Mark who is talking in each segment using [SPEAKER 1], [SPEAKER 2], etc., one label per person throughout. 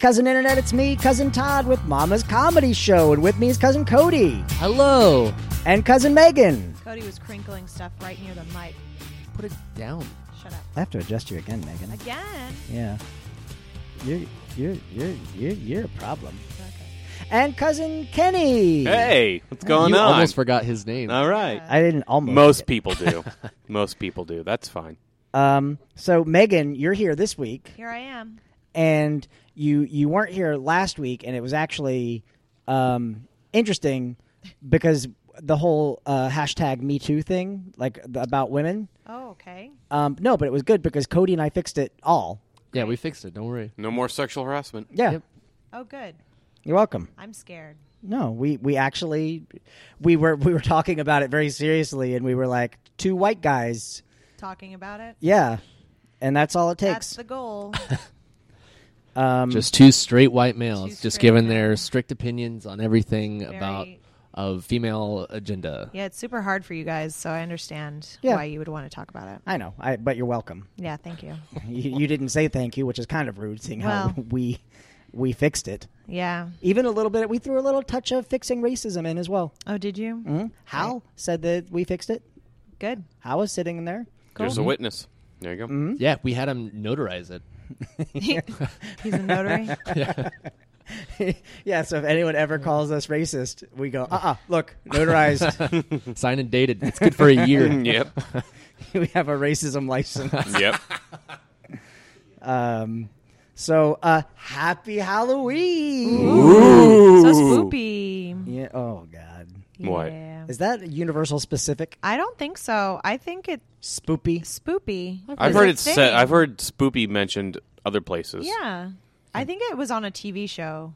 [SPEAKER 1] cousin internet, it's me, cousin Todd, with Mama's Comedy Show, and with me is cousin Cody
[SPEAKER 2] Hello.
[SPEAKER 1] and cousin Megan.
[SPEAKER 3] Cody was crinkling stuff right near the mic.
[SPEAKER 2] Put it down.
[SPEAKER 3] Shut up.
[SPEAKER 1] I have to adjust you again, Megan.
[SPEAKER 3] Again.
[SPEAKER 1] Yeah, you're you're you're you're, you're a problem.
[SPEAKER 3] Okay.
[SPEAKER 1] And cousin Kenny.
[SPEAKER 4] Hey, what's going
[SPEAKER 2] you
[SPEAKER 4] on? Uh,
[SPEAKER 2] almost forgot his name.
[SPEAKER 4] All right.
[SPEAKER 1] I didn't almost.
[SPEAKER 4] Most people do. Most people do. That's fine.
[SPEAKER 1] Um. So Megan, you're here this week,
[SPEAKER 3] Here I am.
[SPEAKER 1] and you you weren't here last week, and it was actually um interesting because the whole uh, hashtag Me Too thing, like the, about women.
[SPEAKER 3] Oh, okay.
[SPEAKER 1] Um. No, but it was good because Cody and I fixed it all.
[SPEAKER 2] Yeah, we fixed it. Don't worry.
[SPEAKER 4] No more sexual harassment.
[SPEAKER 1] Yeah.
[SPEAKER 2] Yep.
[SPEAKER 3] Oh, good.
[SPEAKER 1] You're welcome.
[SPEAKER 3] I'm scared.
[SPEAKER 1] No, we we actually we were we were talking about it very seriously, and we were like two white guys.
[SPEAKER 3] Talking about it.
[SPEAKER 1] Yeah, and that's all it
[SPEAKER 3] That's
[SPEAKER 1] takes.
[SPEAKER 3] the goal.
[SPEAKER 1] um,
[SPEAKER 2] Just two straight white males,
[SPEAKER 3] Two
[SPEAKER 2] just
[SPEAKER 3] straight
[SPEAKER 2] giving
[SPEAKER 3] males.
[SPEAKER 2] their strict opinions on everything about
[SPEAKER 3] Very-
[SPEAKER 2] a female agenda.
[SPEAKER 3] yeah, it's super hard for you guys, so I understand
[SPEAKER 1] Yeah.
[SPEAKER 3] why you would want to talk about it.
[SPEAKER 1] I know, I but you're welcome.
[SPEAKER 3] Yeah, thank you.
[SPEAKER 1] You, you didn't say thank you, which is kind of rude, seeing how
[SPEAKER 3] Well.
[SPEAKER 1] we we fixed it.
[SPEAKER 3] Yeah.
[SPEAKER 1] Even a little bit, we threw a little touch of fixing racism in as well.
[SPEAKER 3] Oh, did you?
[SPEAKER 1] Hmm? Hal said that we fixed it.
[SPEAKER 3] Good.
[SPEAKER 1] Hal was sitting in there.
[SPEAKER 3] Cool.
[SPEAKER 4] There's a witness. There you go.
[SPEAKER 5] Mm-hmm.
[SPEAKER 2] Yeah, we had him notarize it.
[SPEAKER 3] He's a notary.
[SPEAKER 1] yeah, so if anyone ever calls us racist, we go, uh uh look, notarized.
[SPEAKER 4] Hmm.
[SPEAKER 2] Signed and dated. It's good for a year.
[SPEAKER 4] Yep.
[SPEAKER 1] we have a racism license.
[SPEAKER 4] yep.
[SPEAKER 1] Um, so uh, happy Halloween!
[SPEAKER 3] so spoopy.
[SPEAKER 1] Yeah. Oh God,
[SPEAKER 4] What?
[SPEAKER 3] Yeah.
[SPEAKER 1] is that universal specific?
[SPEAKER 3] I don't think so. I think it's
[SPEAKER 1] Spoopy.
[SPEAKER 3] spoopy.
[SPEAKER 4] I've
[SPEAKER 3] is
[SPEAKER 4] heard
[SPEAKER 3] a
[SPEAKER 4] it said.
[SPEAKER 3] thing.
[SPEAKER 4] I've heard spoopy mentioned other places.
[SPEAKER 3] Yeah. I think it was on a TV show.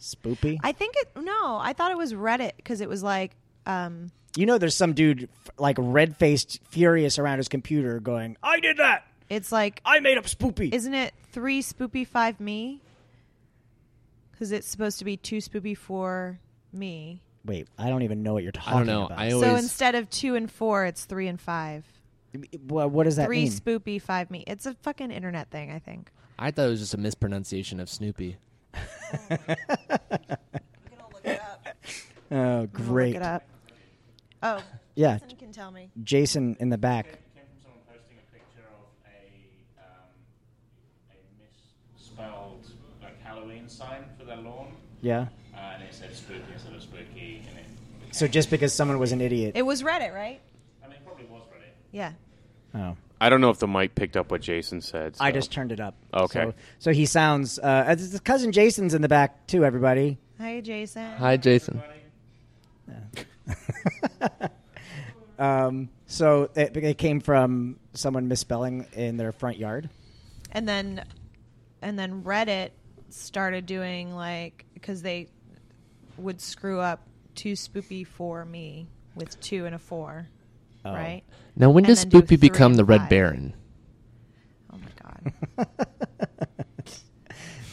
[SPEAKER 1] Spoopy.
[SPEAKER 3] I think it. No, I thought it was Reddit because it was like, um,
[SPEAKER 1] you know, there's some dude f- like red faced, furious around his computer, going, "I did that.
[SPEAKER 3] it's like,
[SPEAKER 1] I made up Spoopy."
[SPEAKER 3] isn't it three spoopy five me? Because it's supposed to be two spoopy four me.
[SPEAKER 1] Wait, I don't even know what you're talking
[SPEAKER 2] I don't know.
[SPEAKER 1] about.
[SPEAKER 2] I
[SPEAKER 3] So
[SPEAKER 2] always
[SPEAKER 3] instead of two and four, it's three and five.
[SPEAKER 1] Wha- what does that
[SPEAKER 3] Three
[SPEAKER 1] mean?
[SPEAKER 3] spoopy five me. It's a fucking internet thing, I think.
[SPEAKER 2] I thought it was just a mispronunciation of Snoopy.
[SPEAKER 1] oh,
[SPEAKER 3] I'll
[SPEAKER 1] great.
[SPEAKER 3] Look it up. Oh,
[SPEAKER 1] Yeah,
[SPEAKER 3] Jason can tell me.
[SPEAKER 1] Jason in the back.
[SPEAKER 6] came from someone posting a picture of a um, a misspelled like Halloween sign for their lawn,
[SPEAKER 1] Yeah.
[SPEAKER 6] uh, and it said spooky instead of spooky, and it. Became,
[SPEAKER 1] So just because someone was an idiot.
[SPEAKER 3] It was Reddit, right?
[SPEAKER 6] I mean, it probably was Reddit.
[SPEAKER 3] Yeah.
[SPEAKER 1] oh.
[SPEAKER 4] I don't know if the mic picked up what Jason said.
[SPEAKER 1] I
[SPEAKER 4] so-
[SPEAKER 1] just turned it up.
[SPEAKER 4] Okay.
[SPEAKER 1] So, so he sounds. Uh, as- his cousin Jason's in the back too. Everybody.
[SPEAKER 3] Hi, Jason.
[SPEAKER 2] Hi, Jason.
[SPEAKER 1] Um, so it, it came from someone misspelling in their front yard.
[SPEAKER 3] and then and then reddit started doing like because they would screw up two spoopy for me with two and a four
[SPEAKER 1] Oh.
[SPEAKER 3] right
[SPEAKER 2] Now, when
[SPEAKER 3] And
[SPEAKER 2] does
[SPEAKER 3] then do
[SPEAKER 2] Spoopy
[SPEAKER 3] three
[SPEAKER 2] become
[SPEAKER 3] and
[SPEAKER 2] the Red
[SPEAKER 3] five.
[SPEAKER 2] Baron?
[SPEAKER 3] oh my god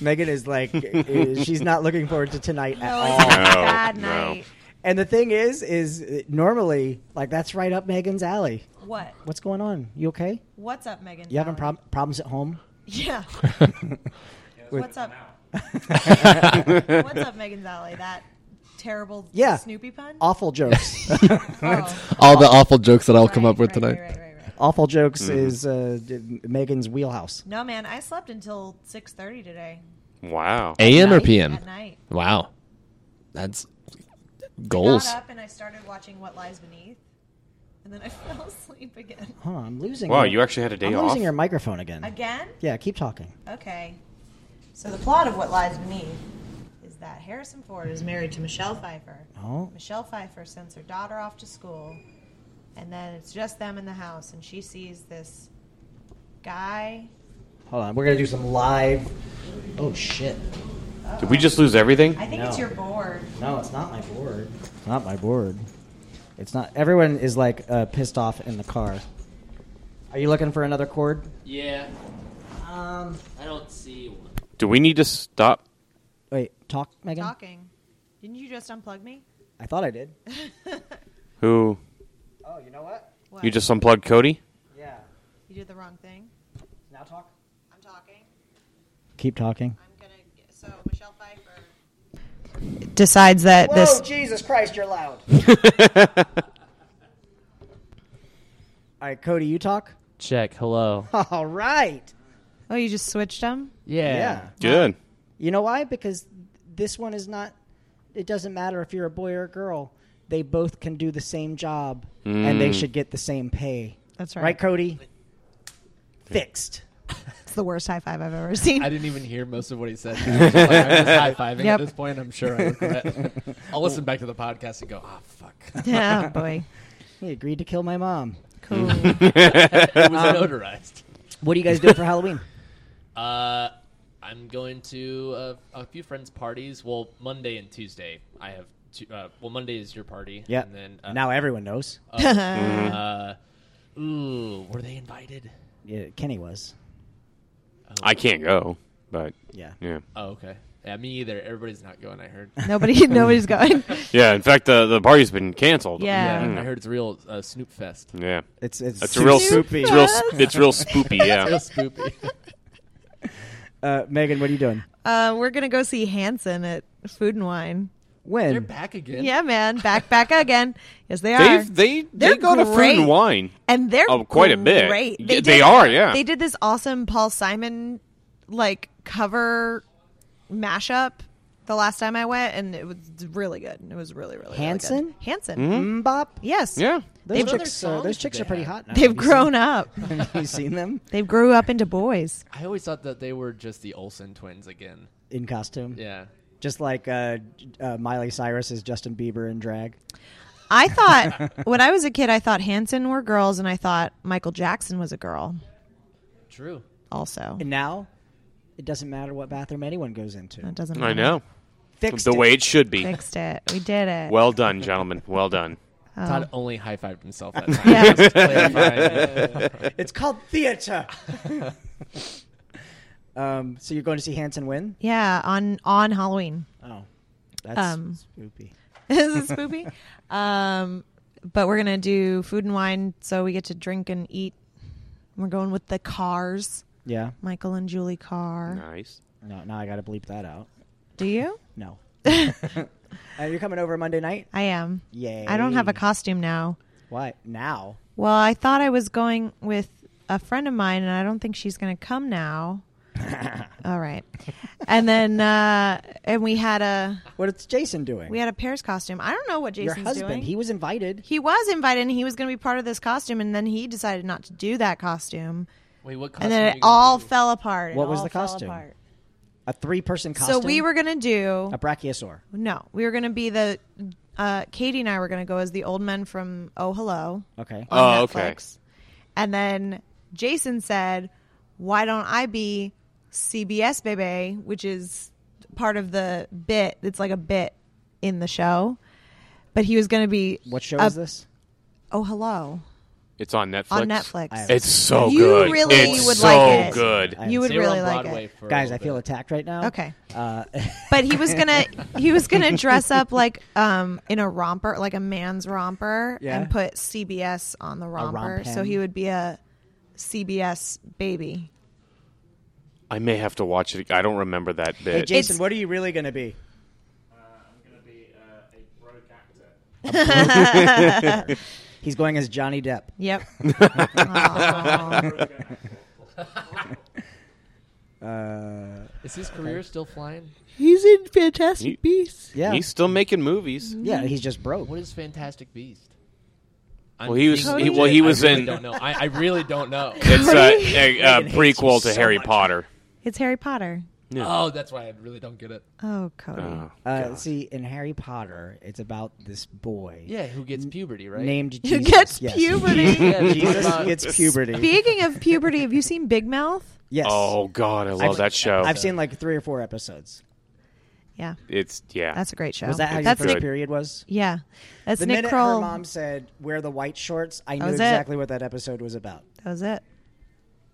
[SPEAKER 1] Megan is like, is- she's not looking forward to tonight at
[SPEAKER 3] oh,
[SPEAKER 1] all.
[SPEAKER 3] it's a
[SPEAKER 4] No,
[SPEAKER 3] bad
[SPEAKER 4] no.
[SPEAKER 3] night
[SPEAKER 1] And the thing is, is uh, normally like that's right up Megan's alley.
[SPEAKER 3] what
[SPEAKER 1] What's going on? You okay?
[SPEAKER 3] what's up megan
[SPEAKER 1] You
[SPEAKER 4] Uh,
[SPEAKER 1] having
[SPEAKER 3] Fowler?
[SPEAKER 1] prob- problems at home?
[SPEAKER 3] yeah what's up what's up megan's alley that terrible
[SPEAKER 1] Yeah.
[SPEAKER 3] snoopy pun
[SPEAKER 1] Awful jokes.
[SPEAKER 3] Oh,
[SPEAKER 2] All the awful jokes that I'll come
[SPEAKER 3] right,
[SPEAKER 2] up with
[SPEAKER 3] right,
[SPEAKER 2] tonight.
[SPEAKER 3] right, right, right, right.
[SPEAKER 1] Awful jokes
[SPEAKER 4] Mm-hmm.
[SPEAKER 1] is uh, d- Megan's wheelhouse.
[SPEAKER 3] no man i slept until 6.30 today
[SPEAKER 4] Wow.
[SPEAKER 2] A.M. or
[SPEAKER 1] Night?
[SPEAKER 2] P.M.
[SPEAKER 3] at night
[SPEAKER 2] Wow, that's
[SPEAKER 3] got
[SPEAKER 2] goals.
[SPEAKER 3] up and I started watching What Lies Beneath, and then I fell asleep again.
[SPEAKER 1] Hold on, I'm losing.
[SPEAKER 4] Wow.
[SPEAKER 1] your-
[SPEAKER 4] You actually had a day
[SPEAKER 1] I'm
[SPEAKER 4] off.
[SPEAKER 1] losing your microphone again.
[SPEAKER 3] Again?
[SPEAKER 1] Yeah, keep talking.
[SPEAKER 3] Okay. So the plot of What Lies Beneath is that Harrison Ford is married to Michelle Pfeiffer.
[SPEAKER 1] Oh,
[SPEAKER 3] Michelle Pfeiffer sends her daughter off to school, and then it's just them in the house, and she sees this guy.
[SPEAKER 1] hold on. We're gonna do some live. Oh shit.
[SPEAKER 4] Did we just lose everything?
[SPEAKER 3] I think it's
[SPEAKER 1] No.
[SPEAKER 3] your board.
[SPEAKER 1] No, it's not my board. It's not my board. It's not. Everyone is like uh, pissed off in the car. Are you looking for another cord?
[SPEAKER 2] Yeah,
[SPEAKER 1] Um.
[SPEAKER 2] I don't see one.
[SPEAKER 4] Do we need to stop?
[SPEAKER 1] Wait. Talk, Megan.
[SPEAKER 3] Talking. Didn't you just unplug me?
[SPEAKER 1] I thought I did.
[SPEAKER 4] Who?
[SPEAKER 1] Oh, you know what?
[SPEAKER 3] What?
[SPEAKER 4] You just unplugged Cody?
[SPEAKER 1] Yeah.
[SPEAKER 3] You did the wrong thing.
[SPEAKER 1] Now talk.
[SPEAKER 3] I'm talking.
[SPEAKER 1] Keep talking.
[SPEAKER 3] I'm gonna. So So Michelle Pfeiffer decides that this.
[SPEAKER 1] Jesus Christ, you're loud. All right, Cody, you talk.
[SPEAKER 7] Check. Hello.
[SPEAKER 1] All right.
[SPEAKER 3] Oh, you just switched them.
[SPEAKER 7] Yeah.
[SPEAKER 1] Yeah.
[SPEAKER 4] Good.
[SPEAKER 1] You know why? Because this one is not. It doesn't matter if you're a boy or a girl. They both can do the same job, and they should get the same pay.
[SPEAKER 3] That's
[SPEAKER 1] Right,
[SPEAKER 3] right.
[SPEAKER 1] Cody? Fixed.
[SPEAKER 3] It's the worst high five I've ever seen.
[SPEAKER 5] I didn't even hear most of what he said. I was high fiving
[SPEAKER 3] Yep.
[SPEAKER 5] at this point. I'm sure I regret. it. I'll listen back to the podcast and go, ah, fuck. it
[SPEAKER 3] yeah, boy.
[SPEAKER 1] He agreed to kill my mom.
[SPEAKER 3] Cool.
[SPEAKER 5] was
[SPEAKER 7] Um,
[SPEAKER 5] notarized.
[SPEAKER 1] What do you guys do for Halloween?
[SPEAKER 7] Uh, I'm going to uh, a few friends' parties. Well, Monday and Tuesday. I have. Two, uh, well, Monday is your party.
[SPEAKER 1] Yeah.
[SPEAKER 7] And then uh,
[SPEAKER 1] now everyone knows.
[SPEAKER 7] Uh, ooh, were they invited?
[SPEAKER 1] yeah, Kenny was.
[SPEAKER 4] I can't go, but
[SPEAKER 1] Yeah.
[SPEAKER 4] yeah.
[SPEAKER 7] Oh, okay. Yeah, me either. Everybody's not going. I heard.
[SPEAKER 3] Nobody, nobody's going.
[SPEAKER 4] Yeah, in fact, the, the party's been canceled.
[SPEAKER 3] Yeah.
[SPEAKER 7] I heard it's a real uh, Snoop Fest.
[SPEAKER 4] Yeah.
[SPEAKER 1] It's it's,
[SPEAKER 4] It's a real
[SPEAKER 3] Spoopy.
[SPEAKER 4] spoopy. It's real, sp- it's real spoopy, yeah.
[SPEAKER 7] Real spoopy.
[SPEAKER 1] Uh, Megan, what are you doing?
[SPEAKER 3] Uh, we're gonna go see Hanson at Food and Wine.
[SPEAKER 5] They're
[SPEAKER 1] When?
[SPEAKER 5] back again.
[SPEAKER 3] Yeah, man, back back again. Yes, they are.
[SPEAKER 4] They've, they
[SPEAKER 3] They're
[SPEAKER 4] they go to food
[SPEAKER 3] great.
[SPEAKER 4] and wine.
[SPEAKER 3] and they're
[SPEAKER 4] Oh, quite a bit.
[SPEAKER 3] Great,
[SPEAKER 4] Yeah, they are, yeah.
[SPEAKER 3] They did this awesome Paul Simon like cover mashup the last time I went, and it was really good. It was really really really good.
[SPEAKER 1] Hanson?
[SPEAKER 3] Hanson.
[SPEAKER 1] Mbop.
[SPEAKER 3] Yes.
[SPEAKER 4] Mm-hmm. Yeah.
[SPEAKER 1] Those
[SPEAKER 3] They've-
[SPEAKER 1] chicks, uh,
[SPEAKER 5] songs
[SPEAKER 1] those chicks
[SPEAKER 5] they
[SPEAKER 1] are pretty
[SPEAKER 5] have?
[SPEAKER 1] hot now.
[SPEAKER 3] They've grown up.
[SPEAKER 1] up. Have you seen them
[SPEAKER 3] They've grew up into boys.
[SPEAKER 7] I always thought that they were just the Olsen twins again.
[SPEAKER 1] in costume?
[SPEAKER 7] Yeah.
[SPEAKER 1] Just like uh, uh, Miley Cyrus is Justin Bieber in drag.
[SPEAKER 3] I thought when I was a kid, I thought Hanson were girls, and I thought Michael Jackson was a girl.
[SPEAKER 7] True.
[SPEAKER 3] Also,
[SPEAKER 1] And now, it doesn't matter what bathroom anyone goes into.
[SPEAKER 3] that doesn't.
[SPEAKER 4] I
[SPEAKER 3] matter.
[SPEAKER 4] know.
[SPEAKER 1] Fixed
[SPEAKER 4] the
[SPEAKER 1] it.
[SPEAKER 4] way it should be.
[SPEAKER 3] Fixed it. We did it. Oh.
[SPEAKER 4] Well done, gentlemen. Well done.
[SPEAKER 7] Todd
[SPEAKER 1] Oh.
[SPEAKER 7] only high fived himself that time.
[SPEAKER 3] Yeah.
[SPEAKER 7] Just clarifying.
[SPEAKER 1] It's called theater. um, so you're going to see Hanson win?
[SPEAKER 3] yeah, on on Halloween.
[SPEAKER 1] Oh, that's
[SPEAKER 3] Um,
[SPEAKER 1] spoopy.
[SPEAKER 3] this is spoopy. Um, but we're gonna do food and wine, so we get to drink and eat. We're going with the cars,
[SPEAKER 1] Yeah.
[SPEAKER 3] Michael and Julie Carr.
[SPEAKER 4] Nice.
[SPEAKER 1] No, now I got to bleep that out.
[SPEAKER 3] Do you?
[SPEAKER 1] No. uh, you're coming over Monday night?
[SPEAKER 3] I am.
[SPEAKER 1] Yay.
[SPEAKER 3] I don't have a costume now.
[SPEAKER 1] Why now?
[SPEAKER 3] Well, I thought I was going with a friend of mine, and I don't think she's going to come now. All right, and then uh, and we had a
[SPEAKER 1] What is Jason doing?
[SPEAKER 3] we had a Paris costume. I don't know what
[SPEAKER 1] Your
[SPEAKER 3] Jason's
[SPEAKER 1] husband.
[SPEAKER 3] doing.
[SPEAKER 1] He was invited.
[SPEAKER 3] he was invited, and he was going to be part of this costume, and then he decided not to do that costume.
[SPEAKER 7] Wait, what
[SPEAKER 3] and
[SPEAKER 7] costume
[SPEAKER 3] then
[SPEAKER 7] are
[SPEAKER 3] it
[SPEAKER 7] you gonna
[SPEAKER 3] all
[SPEAKER 7] do?
[SPEAKER 3] fell apart. It
[SPEAKER 1] What was
[SPEAKER 3] all
[SPEAKER 1] the
[SPEAKER 3] fell
[SPEAKER 1] costume?
[SPEAKER 3] apart.
[SPEAKER 1] A three-person
[SPEAKER 3] So
[SPEAKER 1] costume.
[SPEAKER 3] we were gonna do
[SPEAKER 1] a brachiosaur.
[SPEAKER 3] no, we were gonna be the uh, Katie and I were gonna go as the old men from Oh Hello
[SPEAKER 1] Okay.
[SPEAKER 3] on
[SPEAKER 4] Oh,
[SPEAKER 3] Netflix,
[SPEAKER 4] okay.
[SPEAKER 3] and then Jason said, "Why don't I be CBS Bebe, which is part of the bit? It's like a bit in the show." But he was going to be
[SPEAKER 1] what show
[SPEAKER 3] a-
[SPEAKER 1] is this?
[SPEAKER 3] Oh Hello
[SPEAKER 4] It's on Netflix.
[SPEAKER 3] on Netflix.
[SPEAKER 1] I-
[SPEAKER 4] It's so
[SPEAKER 3] You
[SPEAKER 4] good.
[SPEAKER 3] really
[SPEAKER 4] it's
[SPEAKER 3] would
[SPEAKER 4] so
[SPEAKER 3] like it.
[SPEAKER 4] good.
[SPEAKER 1] I-
[SPEAKER 3] you would
[SPEAKER 7] They were
[SPEAKER 3] really
[SPEAKER 7] on
[SPEAKER 3] like
[SPEAKER 7] Broadway
[SPEAKER 3] it.
[SPEAKER 7] for a
[SPEAKER 1] Guys, I
[SPEAKER 7] little
[SPEAKER 1] feel
[SPEAKER 7] bit.
[SPEAKER 1] attacked right now.
[SPEAKER 3] Okay.
[SPEAKER 1] Uh,
[SPEAKER 3] but he was gonna he was gonna dress up like um in a romper like a man's romper
[SPEAKER 1] Yeah.
[SPEAKER 3] and put cbs on the romper so
[SPEAKER 1] rompen.
[SPEAKER 3] he would be a cbs baby
[SPEAKER 4] I may have to watch it. I don't remember that
[SPEAKER 1] hey,
[SPEAKER 4] bit.
[SPEAKER 1] Jason,
[SPEAKER 3] It's-
[SPEAKER 1] what are you really going to be?
[SPEAKER 6] Uh, I'm going to be uh, a broke actor.
[SPEAKER 1] He's going as Johnny Depp.
[SPEAKER 3] yep Aw.
[SPEAKER 1] Uh,
[SPEAKER 7] Is his career still flying?
[SPEAKER 3] he's in fantastic
[SPEAKER 4] He-
[SPEAKER 3] beasts
[SPEAKER 1] yeah.
[SPEAKER 4] He's still making movies.
[SPEAKER 1] yeah, he's just broke.
[SPEAKER 7] What is Fantastic Beast? I'm
[SPEAKER 4] Well, he was-
[SPEAKER 7] being
[SPEAKER 3] he-
[SPEAKER 7] legit.
[SPEAKER 4] well, he was
[SPEAKER 7] I really
[SPEAKER 4] in-
[SPEAKER 7] Don't know. I, I really don't know.
[SPEAKER 4] It's a, a, a
[SPEAKER 1] Megan hates you
[SPEAKER 4] prequel to
[SPEAKER 1] so
[SPEAKER 4] Harry
[SPEAKER 1] much.
[SPEAKER 4] Potter.
[SPEAKER 3] it's harry potter
[SPEAKER 7] Oh, that's why I really don't get it.
[SPEAKER 3] oh cody
[SPEAKER 4] Oh,
[SPEAKER 1] Uh,
[SPEAKER 4] God.
[SPEAKER 1] see, in Harry Potter, it's about this boy
[SPEAKER 7] Yeah, who gets puberty, right?
[SPEAKER 1] named
[SPEAKER 3] who
[SPEAKER 1] Jesus.
[SPEAKER 3] gets
[SPEAKER 1] Yes.
[SPEAKER 3] puberty
[SPEAKER 7] Yeah, it's
[SPEAKER 1] Jesus
[SPEAKER 7] about-
[SPEAKER 1] gets puberty.
[SPEAKER 3] speaking of puberty have you seen big mouth
[SPEAKER 1] Yes.
[SPEAKER 4] Oh, God, I love
[SPEAKER 1] I've-
[SPEAKER 4] that show.
[SPEAKER 1] I've seen like three or four episodes.
[SPEAKER 3] yeah
[SPEAKER 4] it's yeah.
[SPEAKER 3] that's a great show
[SPEAKER 1] Was that how
[SPEAKER 3] Oh, that's
[SPEAKER 1] your first
[SPEAKER 3] nick
[SPEAKER 1] period was?
[SPEAKER 3] yeah that's
[SPEAKER 1] The
[SPEAKER 3] nick
[SPEAKER 1] minute
[SPEAKER 3] kroll
[SPEAKER 1] her mom said, "Wear the white shorts," I knew
[SPEAKER 3] was it.
[SPEAKER 1] exactly what that episode was about.
[SPEAKER 3] That was it.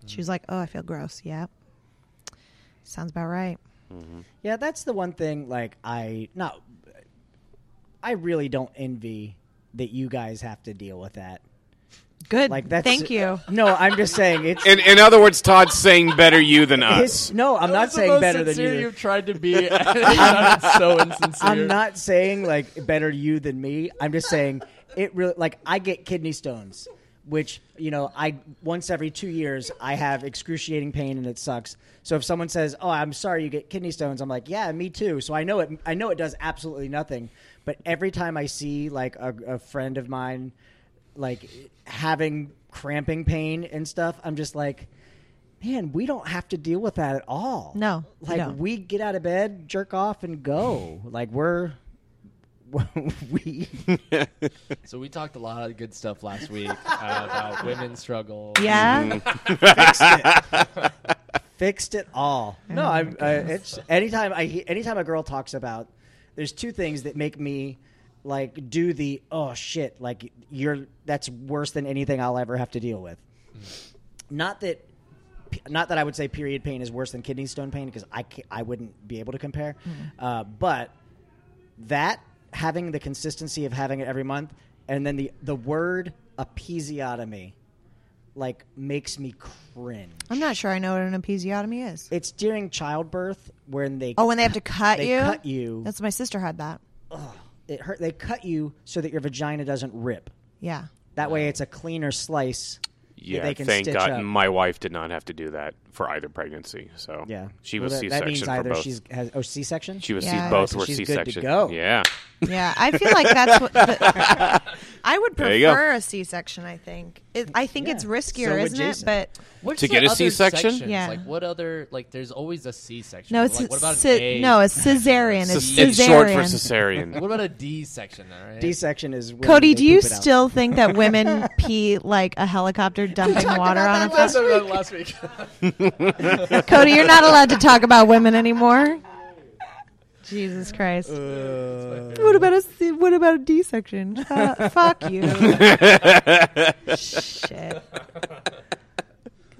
[SPEAKER 3] She was like, "Oh, I feel gross." Yeah, sounds about right.
[SPEAKER 1] Yeah, that's the one thing. Like, I not, I really don't envy that you guys have to deal with that.
[SPEAKER 3] Good.
[SPEAKER 1] Like that's
[SPEAKER 3] Thank you.
[SPEAKER 1] No, I'm just saying it's
[SPEAKER 4] In, in other words, Todd's saying better you than
[SPEAKER 1] his,
[SPEAKER 4] us.
[SPEAKER 1] no, I'm not saying better than you.
[SPEAKER 5] You've tried to be. It sounded so insincere.
[SPEAKER 1] I'm not saying like better you than me. I'm just saying it really like I get kidney stones, which you know I once every two years I have excruciating pain and it sucks. So if someone says, "Oh, I'm sorry, you get kidney stones," I'm like, "Yeah, me too." So I know it. I know it does absolutely nothing. But every time I see like a, a friend of mine like having cramping pain and stuff, I'm just like. Man, we don't have to deal with that at all.
[SPEAKER 3] No, we
[SPEAKER 1] like
[SPEAKER 3] don't.
[SPEAKER 1] we get out of bed, jerk off, and go. Like we're we
[SPEAKER 7] So we talked a lot of good stuff last week uh, about women's struggle.
[SPEAKER 3] Yeah.
[SPEAKER 1] Mm-hmm. fixed it all. No, I'm. I, it's anytime I he- anytime a girl talks about. There's two things that make me like do the oh shit like you're that's worse than anything I'll ever have to deal with. Not that. Not that I would say period pain is worse than kidney stone pain because I, ca- I wouldn't be able to compare. Uh, but that having the consistency of having it every month and then the, the word episiotomy like makes me cringe.
[SPEAKER 3] I'm not sure I know what an episiotomy is.
[SPEAKER 1] It's during childbirth when they
[SPEAKER 3] Oh, when they have to cut
[SPEAKER 1] They
[SPEAKER 3] you?
[SPEAKER 1] cut you.
[SPEAKER 3] That's my sister had that.
[SPEAKER 1] it hurt they cut you so that your vagina doesn't rip.
[SPEAKER 3] Yeah.
[SPEAKER 1] That way, it's a cleaner slice. that
[SPEAKER 4] Yeah,
[SPEAKER 1] they can
[SPEAKER 4] thank
[SPEAKER 1] stitch
[SPEAKER 4] God.
[SPEAKER 1] Up.
[SPEAKER 4] My wife did not have to do that for either pregnancy. So
[SPEAKER 1] yeah,
[SPEAKER 4] she
[SPEAKER 1] Well,
[SPEAKER 4] was
[SPEAKER 1] that,
[SPEAKER 4] C
[SPEAKER 1] That means
[SPEAKER 4] section for
[SPEAKER 1] either
[SPEAKER 4] both.
[SPEAKER 1] she's has oh C section.
[SPEAKER 4] She was
[SPEAKER 3] Yeah.
[SPEAKER 4] C- both
[SPEAKER 1] So
[SPEAKER 4] were
[SPEAKER 1] she's
[SPEAKER 4] C
[SPEAKER 1] good to
[SPEAKER 4] section.
[SPEAKER 1] go.
[SPEAKER 4] Yeah,
[SPEAKER 3] Yeah. I feel like that's what. The, I would
[SPEAKER 4] There you go.
[SPEAKER 3] prefer a C section, I think. It, I think it's
[SPEAKER 1] Yeah.
[SPEAKER 3] riskier,
[SPEAKER 1] So would
[SPEAKER 3] isn't it?
[SPEAKER 1] Jason.
[SPEAKER 3] But
[SPEAKER 7] What's
[SPEAKER 4] To
[SPEAKER 7] the
[SPEAKER 4] get a
[SPEAKER 7] other
[SPEAKER 4] C-section?
[SPEAKER 7] sections?
[SPEAKER 3] Yeah.
[SPEAKER 7] Like what other like? There's always a C section.
[SPEAKER 3] no, it's
[SPEAKER 7] like, what about
[SPEAKER 3] ce-
[SPEAKER 7] an A?
[SPEAKER 3] no, it's cesarean. It's
[SPEAKER 4] Ces-
[SPEAKER 3] cesarean.
[SPEAKER 4] it's short for
[SPEAKER 7] What
[SPEAKER 4] cesarean.
[SPEAKER 7] about a D section? All right.
[SPEAKER 1] D section is when
[SPEAKER 3] Cody,
[SPEAKER 1] they
[SPEAKER 3] do you
[SPEAKER 1] poop it out.
[SPEAKER 3] still think that women pee like a helicopter dumping water on a
[SPEAKER 5] That's what I said last week.
[SPEAKER 4] Uh,
[SPEAKER 3] Cody, you're not allowed to talk about women anymore. Jesus Christ.
[SPEAKER 1] Uh,
[SPEAKER 3] what about a C- what about a D section? Fu- fuck you. Shit.
[SPEAKER 1] Um,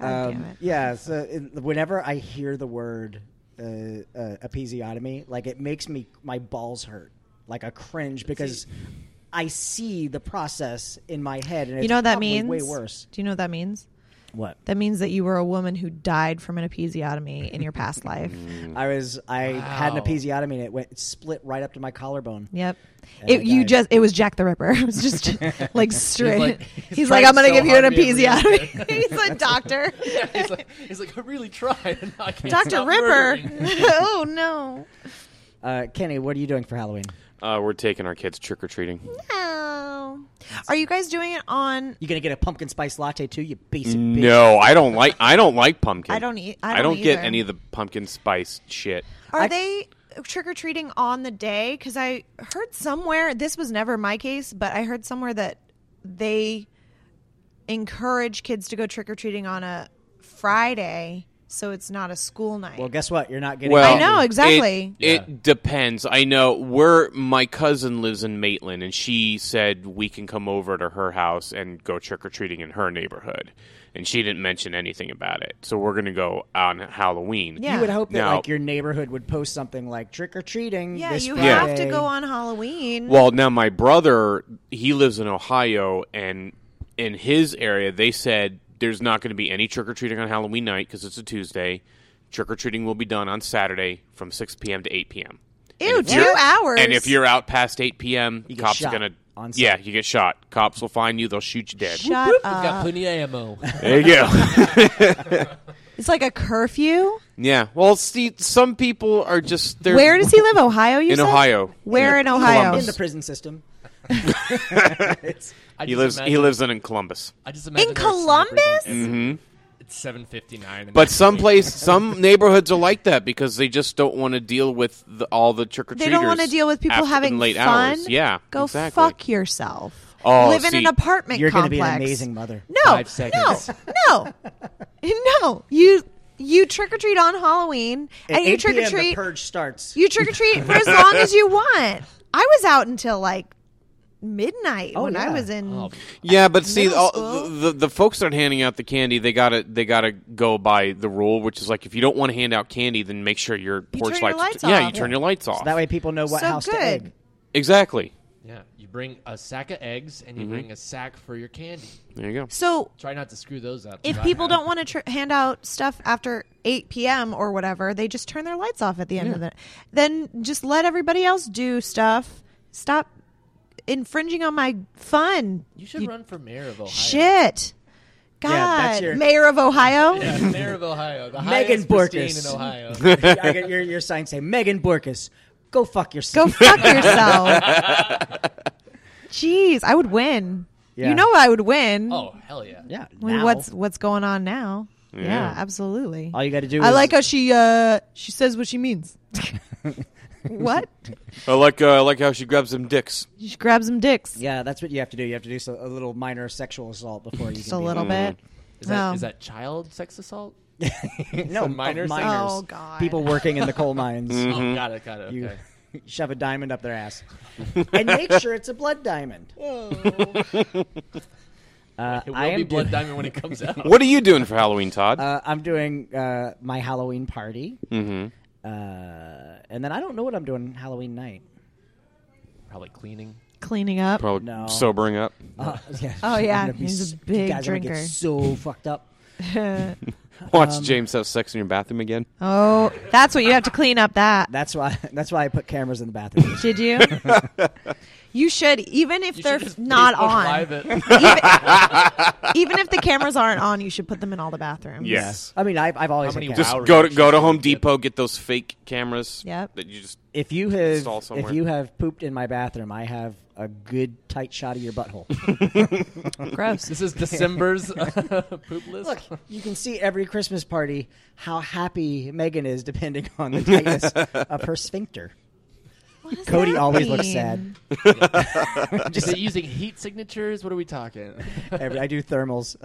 [SPEAKER 3] God damn it.
[SPEAKER 1] Yeah, so it, whenever I hear the word uh, uh, episiotomy, like it makes me my balls hurt, like a cringe because I see the process in my head, and it's
[SPEAKER 3] You know what that
[SPEAKER 1] probably
[SPEAKER 3] means?
[SPEAKER 1] way worse.
[SPEAKER 3] Do you know what that means?
[SPEAKER 1] What
[SPEAKER 3] That means that you were a woman who died from an episiotomy in your past life.
[SPEAKER 7] Mm.
[SPEAKER 1] I was, I had an
[SPEAKER 7] Wow.
[SPEAKER 1] episiotomy, and it went it split right up to my collarbone.
[SPEAKER 3] Yep.
[SPEAKER 1] And I
[SPEAKER 3] It, you
[SPEAKER 1] died.
[SPEAKER 3] just it was Jack the Ripper. It was just like straight. He's like,
[SPEAKER 7] like- he's
[SPEAKER 3] I'm
[SPEAKER 7] trying
[SPEAKER 3] gonna
[SPEAKER 7] so
[SPEAKER 3] give you an
[SPEAKER 7] hard to be a
[SPEAKER 3] episiotomy. he's like doctor,
[SPEAKER 7] he's, like, he's like, I really tried. and I can't
[SPEAKER 3] Doctor
[SPEAKER 7] stop
[SPEAKER 3] Ripper.
[SPEAKER 7] murdering."
[SPEAKER 3] oh no.
[SPEAKER 1] Uh, Kenny, what are you doing for Halloween?
[SPEAKER 4] Uh, we're taking our kids trick or treating.
[SPEAKER 3] Oh. Are you guys doing it on?
[SPEAKER 1] You gonna get a pumpkin spice latte too, you basic bitch?
[SPEAKER 4] No, I don't like. I don't like pumpkin.
[SPEAKER 3] I don't eat- I
[SPEAKER 4] I
[SPEAKER 3] don't
[SPEAKER 4] don't, get
[SPEAKER 3] either.
[SPEAKER 4] any of the pumpkin spice shit.
[SPEAKER 3] Are
[SPEAKER 1] I-
[SPEAKER 3] they trick or treating on the day? Because I heard somewhere this was never my case, but I heard somewhere that they encourage kids to go trick or treating on a Friday, so it's not a school night.
[SPEAKER 1] Well, guess what? You're not getting.
[SPEAKER 4] Well,
[SPEAKER 3] I know,
[SPEAKER 4] it-
[SPEAKER 3] exactly.
[SPEAKER 4] It, depends. I know. We're my cousin lives in Maitland, and she said we can come over to her house and go trick or treating in her neighborhood, and she didn't mention anything about it. So we're gonna go on Halloween.
[SPEAKER 3] Yeah.
[SPEAKER 1] You would hope that
[SPEAKER 4] No.
[SPEAKER 1] like your neighborhood would post something like trick or treating.
[SPEAKER 3] yeah,
[SPEAKER 1] this
[SPEAKER 3] you
[SPEAKER 1] Friday.
[SPEAKER 3] have to go on Halloween.
[SPEAKER 4] Well, now my brother, he lives in Ohio, and in his area, they said there's not going to be any trick or treating on Halloween night because it's a Tuesday. Trick or treating will be done on Saturday from 6 p.m. to 8 p.m.
[SPEAKER 3] Ew,
[SPEAKER 4] if
[SPEAKER 3] two
[SPEAKER 4] you're-
[SPEAKER 3] hours.
[SPEAKER 4] And if you're out past 8 p.m.,
[SPEAKER 1] You get
[SPEAKER 4] cops are
[SPEAKER 1] shot
[SPEAKER 4] going to.
[SPEAKER 1] on site.
[SPEAKER 4] yeah, you get shot. Cops will find you. They'll shoot you dead.
[SPEAKER 3] shut
[SPEAKER 7] He's
[SPEAKER 3] up,
[SPEAKER 7] got plenty of ammo.
[SPEAKER 4] There you go.
[SPEAKER 3] it's like a curfew.
[SPEAKER 4] yeah. Well, see, some people are just. They're
[SPEAKER 3] Where does he live? Ohio. You
[SPEAKER 4] In
[SPEAKER 3] said?
[SPEAKER 4] Ohio.
[SPEAKER 3] Where
[SPEAKER 4] Yeah,
[SPEAKER 3] in Ohio?
[SPEAKER 1] in
[SPEAKER 4] Columbus.
[SPEAKER 1] the prison system.
[SPEAKER 7] I
[SPEAKER 4] He
[SPEAKER 7] just
[SPEAKER 4] lives. He
[SPEAKER 7] imagine-
[SPEAKER 4] lives in Columbus.
[SPEAKER 7] I just imagine
[SPEAKER 3] In
[SPEAKER 7] there are snipers
[SPEAKER 3] Columbus?
[SPEAKER 7] and- It's seven fifty nine.
[SPEAKER 4] But some place, some neighborhoods are like that because they just don't want to deal with the, all the trick or treaters.
[SPEAKER 3] They don't want to deal with people having
[SPEAKER 4] late
[SPEAKER 3] fun.
[SPEAKER 4] hours. Yeah,
[SPEAKER 3] go
[SPEAKER 4] exactly.
[SPEAKER 3] fuck yourself.
[SPEAKER 4] Oh,
[SPEAKER 3] live in
[SPEAKER 4] see,
[SPEAKER 3] an apartment.
[SPEAKER 1] You're going to be
[SPEAKER 3] complex.
[SPEAKER 1] an amazing mother.
[SPEAKER 3] No,
[SPEAKER 7] Five seconds.
[SPEAKER 3] no, no, no. You you trick or treat on Halloween,
[SPEAKER 1] At
[SPEAKER 3] and you
[SPEAKER 1] 8
[SPEAKER 3] trick or
[SPEAKER 1] PM, The
[SPEAKER 3] treat.
[SPEAKER 1] purge starts.
[SPEAKER 3] You trick or treat for as long as you want. I was out until like midnight
[SPEAKER 1] Oh,
[SPEAKER 3] when I
[SPEAKER 1] yeah.
[SPEAKER 3] was in.
[SPEAKER 7] Oh.
[SPEAKER 4] Yeah, but see,
[SPEAKER 3] Middle
[SPEAKER 4] all,
[SPEAKER 3] school?
[SPEAKER 4] the, the folks that are handing out the candy, they gotta they gotta go by the rule, which is like if you don't want to hand out candy, then make sure your
[SPEAKER 3] You
[SPEAKER 4] porch
[SPEAKER 3] turn your lights
[SPEAKER 4] lights. yeah,
[SPEAKER 3] off.
[SPEAKER 4] you turn your lights off.
[SPEAKER 1] that way people know what
[SPEAKER 3] So
[SPEAKER 1] house
[SPEAKER 3] good.
[SPEAKER 1] to egg.
[SPEAKER 4] exactly.
[SPEAKER 7] yeah, you bring a sack of eggs and you
[SPEAKER 4] Mm-hmm.
[SPEAKER 7] bring a sack for your candy.
[SPEAKER 4] There you go.
[SPEAKER 3] So
[SPEAKER 7] Try not to screw those up.
[SPEAKER 3] if people don't want to tr- hand out stuff after 8 p.m. or whatever, they just turn their lights off at the end of the. Then just let everybody else do stuff. Stop infringing on my fun.
[SPEAKER 7] you should run for mayor of Ohio.
[SPEAKER 3] Shit. God,
[SPEAKER 1] Yeah, that's your-
[SPEAKER 3] mayor of Ohio.
[SPEAKER 7] Yeah, mayor of Ohio, the
[SPEAKER 1] Megan
[SPEAKER 7] highest pristine
[SPEAKER 1] Borkus.
[SPEAKER 7] in Ohio.
[SPEAKER 1] I get your, your sign say Megan Borkus. Go fuck
[SPEAKER 3] Go
[SPEAKER 1] yourself.
[SPEAKER 3] fuck yourself. Jeez, I would win.
[SPEAKER 1] Yeah.
[SPEAKER 3] You know I would win.
[SPEAKER 7] Oh hell yeah!
[SPEAKER 1] yeah.
[SPEAKER 3] I mean,
[SPEAKER 1] now.
[SPEAKER 3] what's what's going on now? Yeah, absolutely.
[SPEAKER 1] all you got to do?
[SPEAKER 3] I
[SPEAKER 1] is,
[SPEAKER 3] like how she uh she says what she means. what?
[SPEAKER 4] I like uh, I like how she grabs them dicks.
[SPEAKER 3] She grabs some dicks.
[SPEAKER 1] Yeah, that's what you have to do. You have to do so, a little minor sexual assault before you
[SPEAKER 3] Just
[SPEAKER 1] can
[SPEAKER 3] a
[SPEAKER 1] be-
[SPEAKER 3] little bit.
[SPEAKER 7] Is that,
[SPEAKER 3] Oh.
[SPEAKER 7] is that child sex assault?
[SPEAKER 1] no
[SPEAKER 7] Some minor
[SPEAKER 1] minors.
[SPEAKER 7] sex-
[SPEAKER 1] minors.
[SPEAKER 3] Oh, God.
[SPEAKER 1] People working in the coal mines.
[SPEAKER 5] Mm.
[SPEAKER 4] Mm-hmm.
[SPEAKER 7] Oh, got it, got it.
[SPEAKER 1] You
[SPEAKER 7] Okay.
[SPEAKER 1] shove a diamond up their ass, and make sure it's a blood diamond. Uh,
[SPEAKER 7] It will
[SPEAKER 1] I am
[SPEAKER 7] be Blood
[SPEAKER 1] doing-
[SPEAKER 7] Diamond when it comes out.
[SPEAKER 4] What are you doing for Halloween, Todd?
[SPEAKER 1] Uh, I'm doing uh, my Halloween party,
[SPEAKER 4] mm-hmm.
[SPEAKER 1] uh, and then I don't know what I'm doing Halloween night.
[SPEAKER 7] Probably cleaning.
[SPEAKER 3] Cleaning up.
[SPEAKER 4] Probably
[SPEAKER 1] No.
[SPEAKER 4] sobering up.
[SPEAKER 1] Uh, yeah.
[SPEAKER 3] Oh, yeah.
[SPEAKER 1] I'm gonna be
[SPEAKER 3] He's a
[SPEAKER 1] s-
[SPEAKER 3] big
[SPEAKER 1] guys, I'm gonna
[SPEAKER 3] drinker.
[SPEAKER 1] get so fucked up.
[SPEAKER 4] Watch James have sex in your bathroom again.
[SPEAKER 3] oh, that's what you have to clean up that.
[SPEAKER 1] That's why. That's why I put cameras in the bathroom.
[SPEAKER 3] Did you? you should even if
[SPEAKER 7] You
[SPEAKER 3] they're
[SPEAKER 7] should just
[SPEAKER 3] not
[SPEAKER 7] Facebook
[SPEAKER 3] on.
[SPEAKER 7] Live it.
[SPEAKER 3] even, even if the cameras aren't on, you should put them in all the bathrooms.
[SPEAKER 4] Yes.
[SPEAKER 1] I mean, I've, I've always
[SPEAKER 7] How
[SPEAKER 1] had
[SPEAKER 7] many
[SPEAKER 1] cameras.
[SPEAKER 4] Just
[SPEAKER 7] Outrage.
[SPEAKER 4] go to go to Home Depot, get those fake cameras.
[SPEAKER 3] Yep.
[SPEAKER 4] That you just
[SPEAKER 1] if you have
[SPEAKER 4] Stall
[SPEAKER 1] if
[SPEAKER 4] somewhere.
[SPEAKER 1] you have pooped in my bathroom, I have a good tight shot of your butthole.
[SPEAKER 3] Gross.
[SPEAKER 7] This is December's uh, poop list.
[SPEAKER 1] Look, you can see every Christmas party how happy Megan is, depending on the tightness of her sphincter.
[SPEAKER 3] What does
[SPEAKER 1] Cody
[SPEAKER 3] that
[SPEAKER 1] always looks
[SPEAKER 3] mean?
[SPEAKER 1] sad.
[SPEAKER 7] Is it using heat signatures? What are we talking?
[SPEAKER 1] Every, I do thermals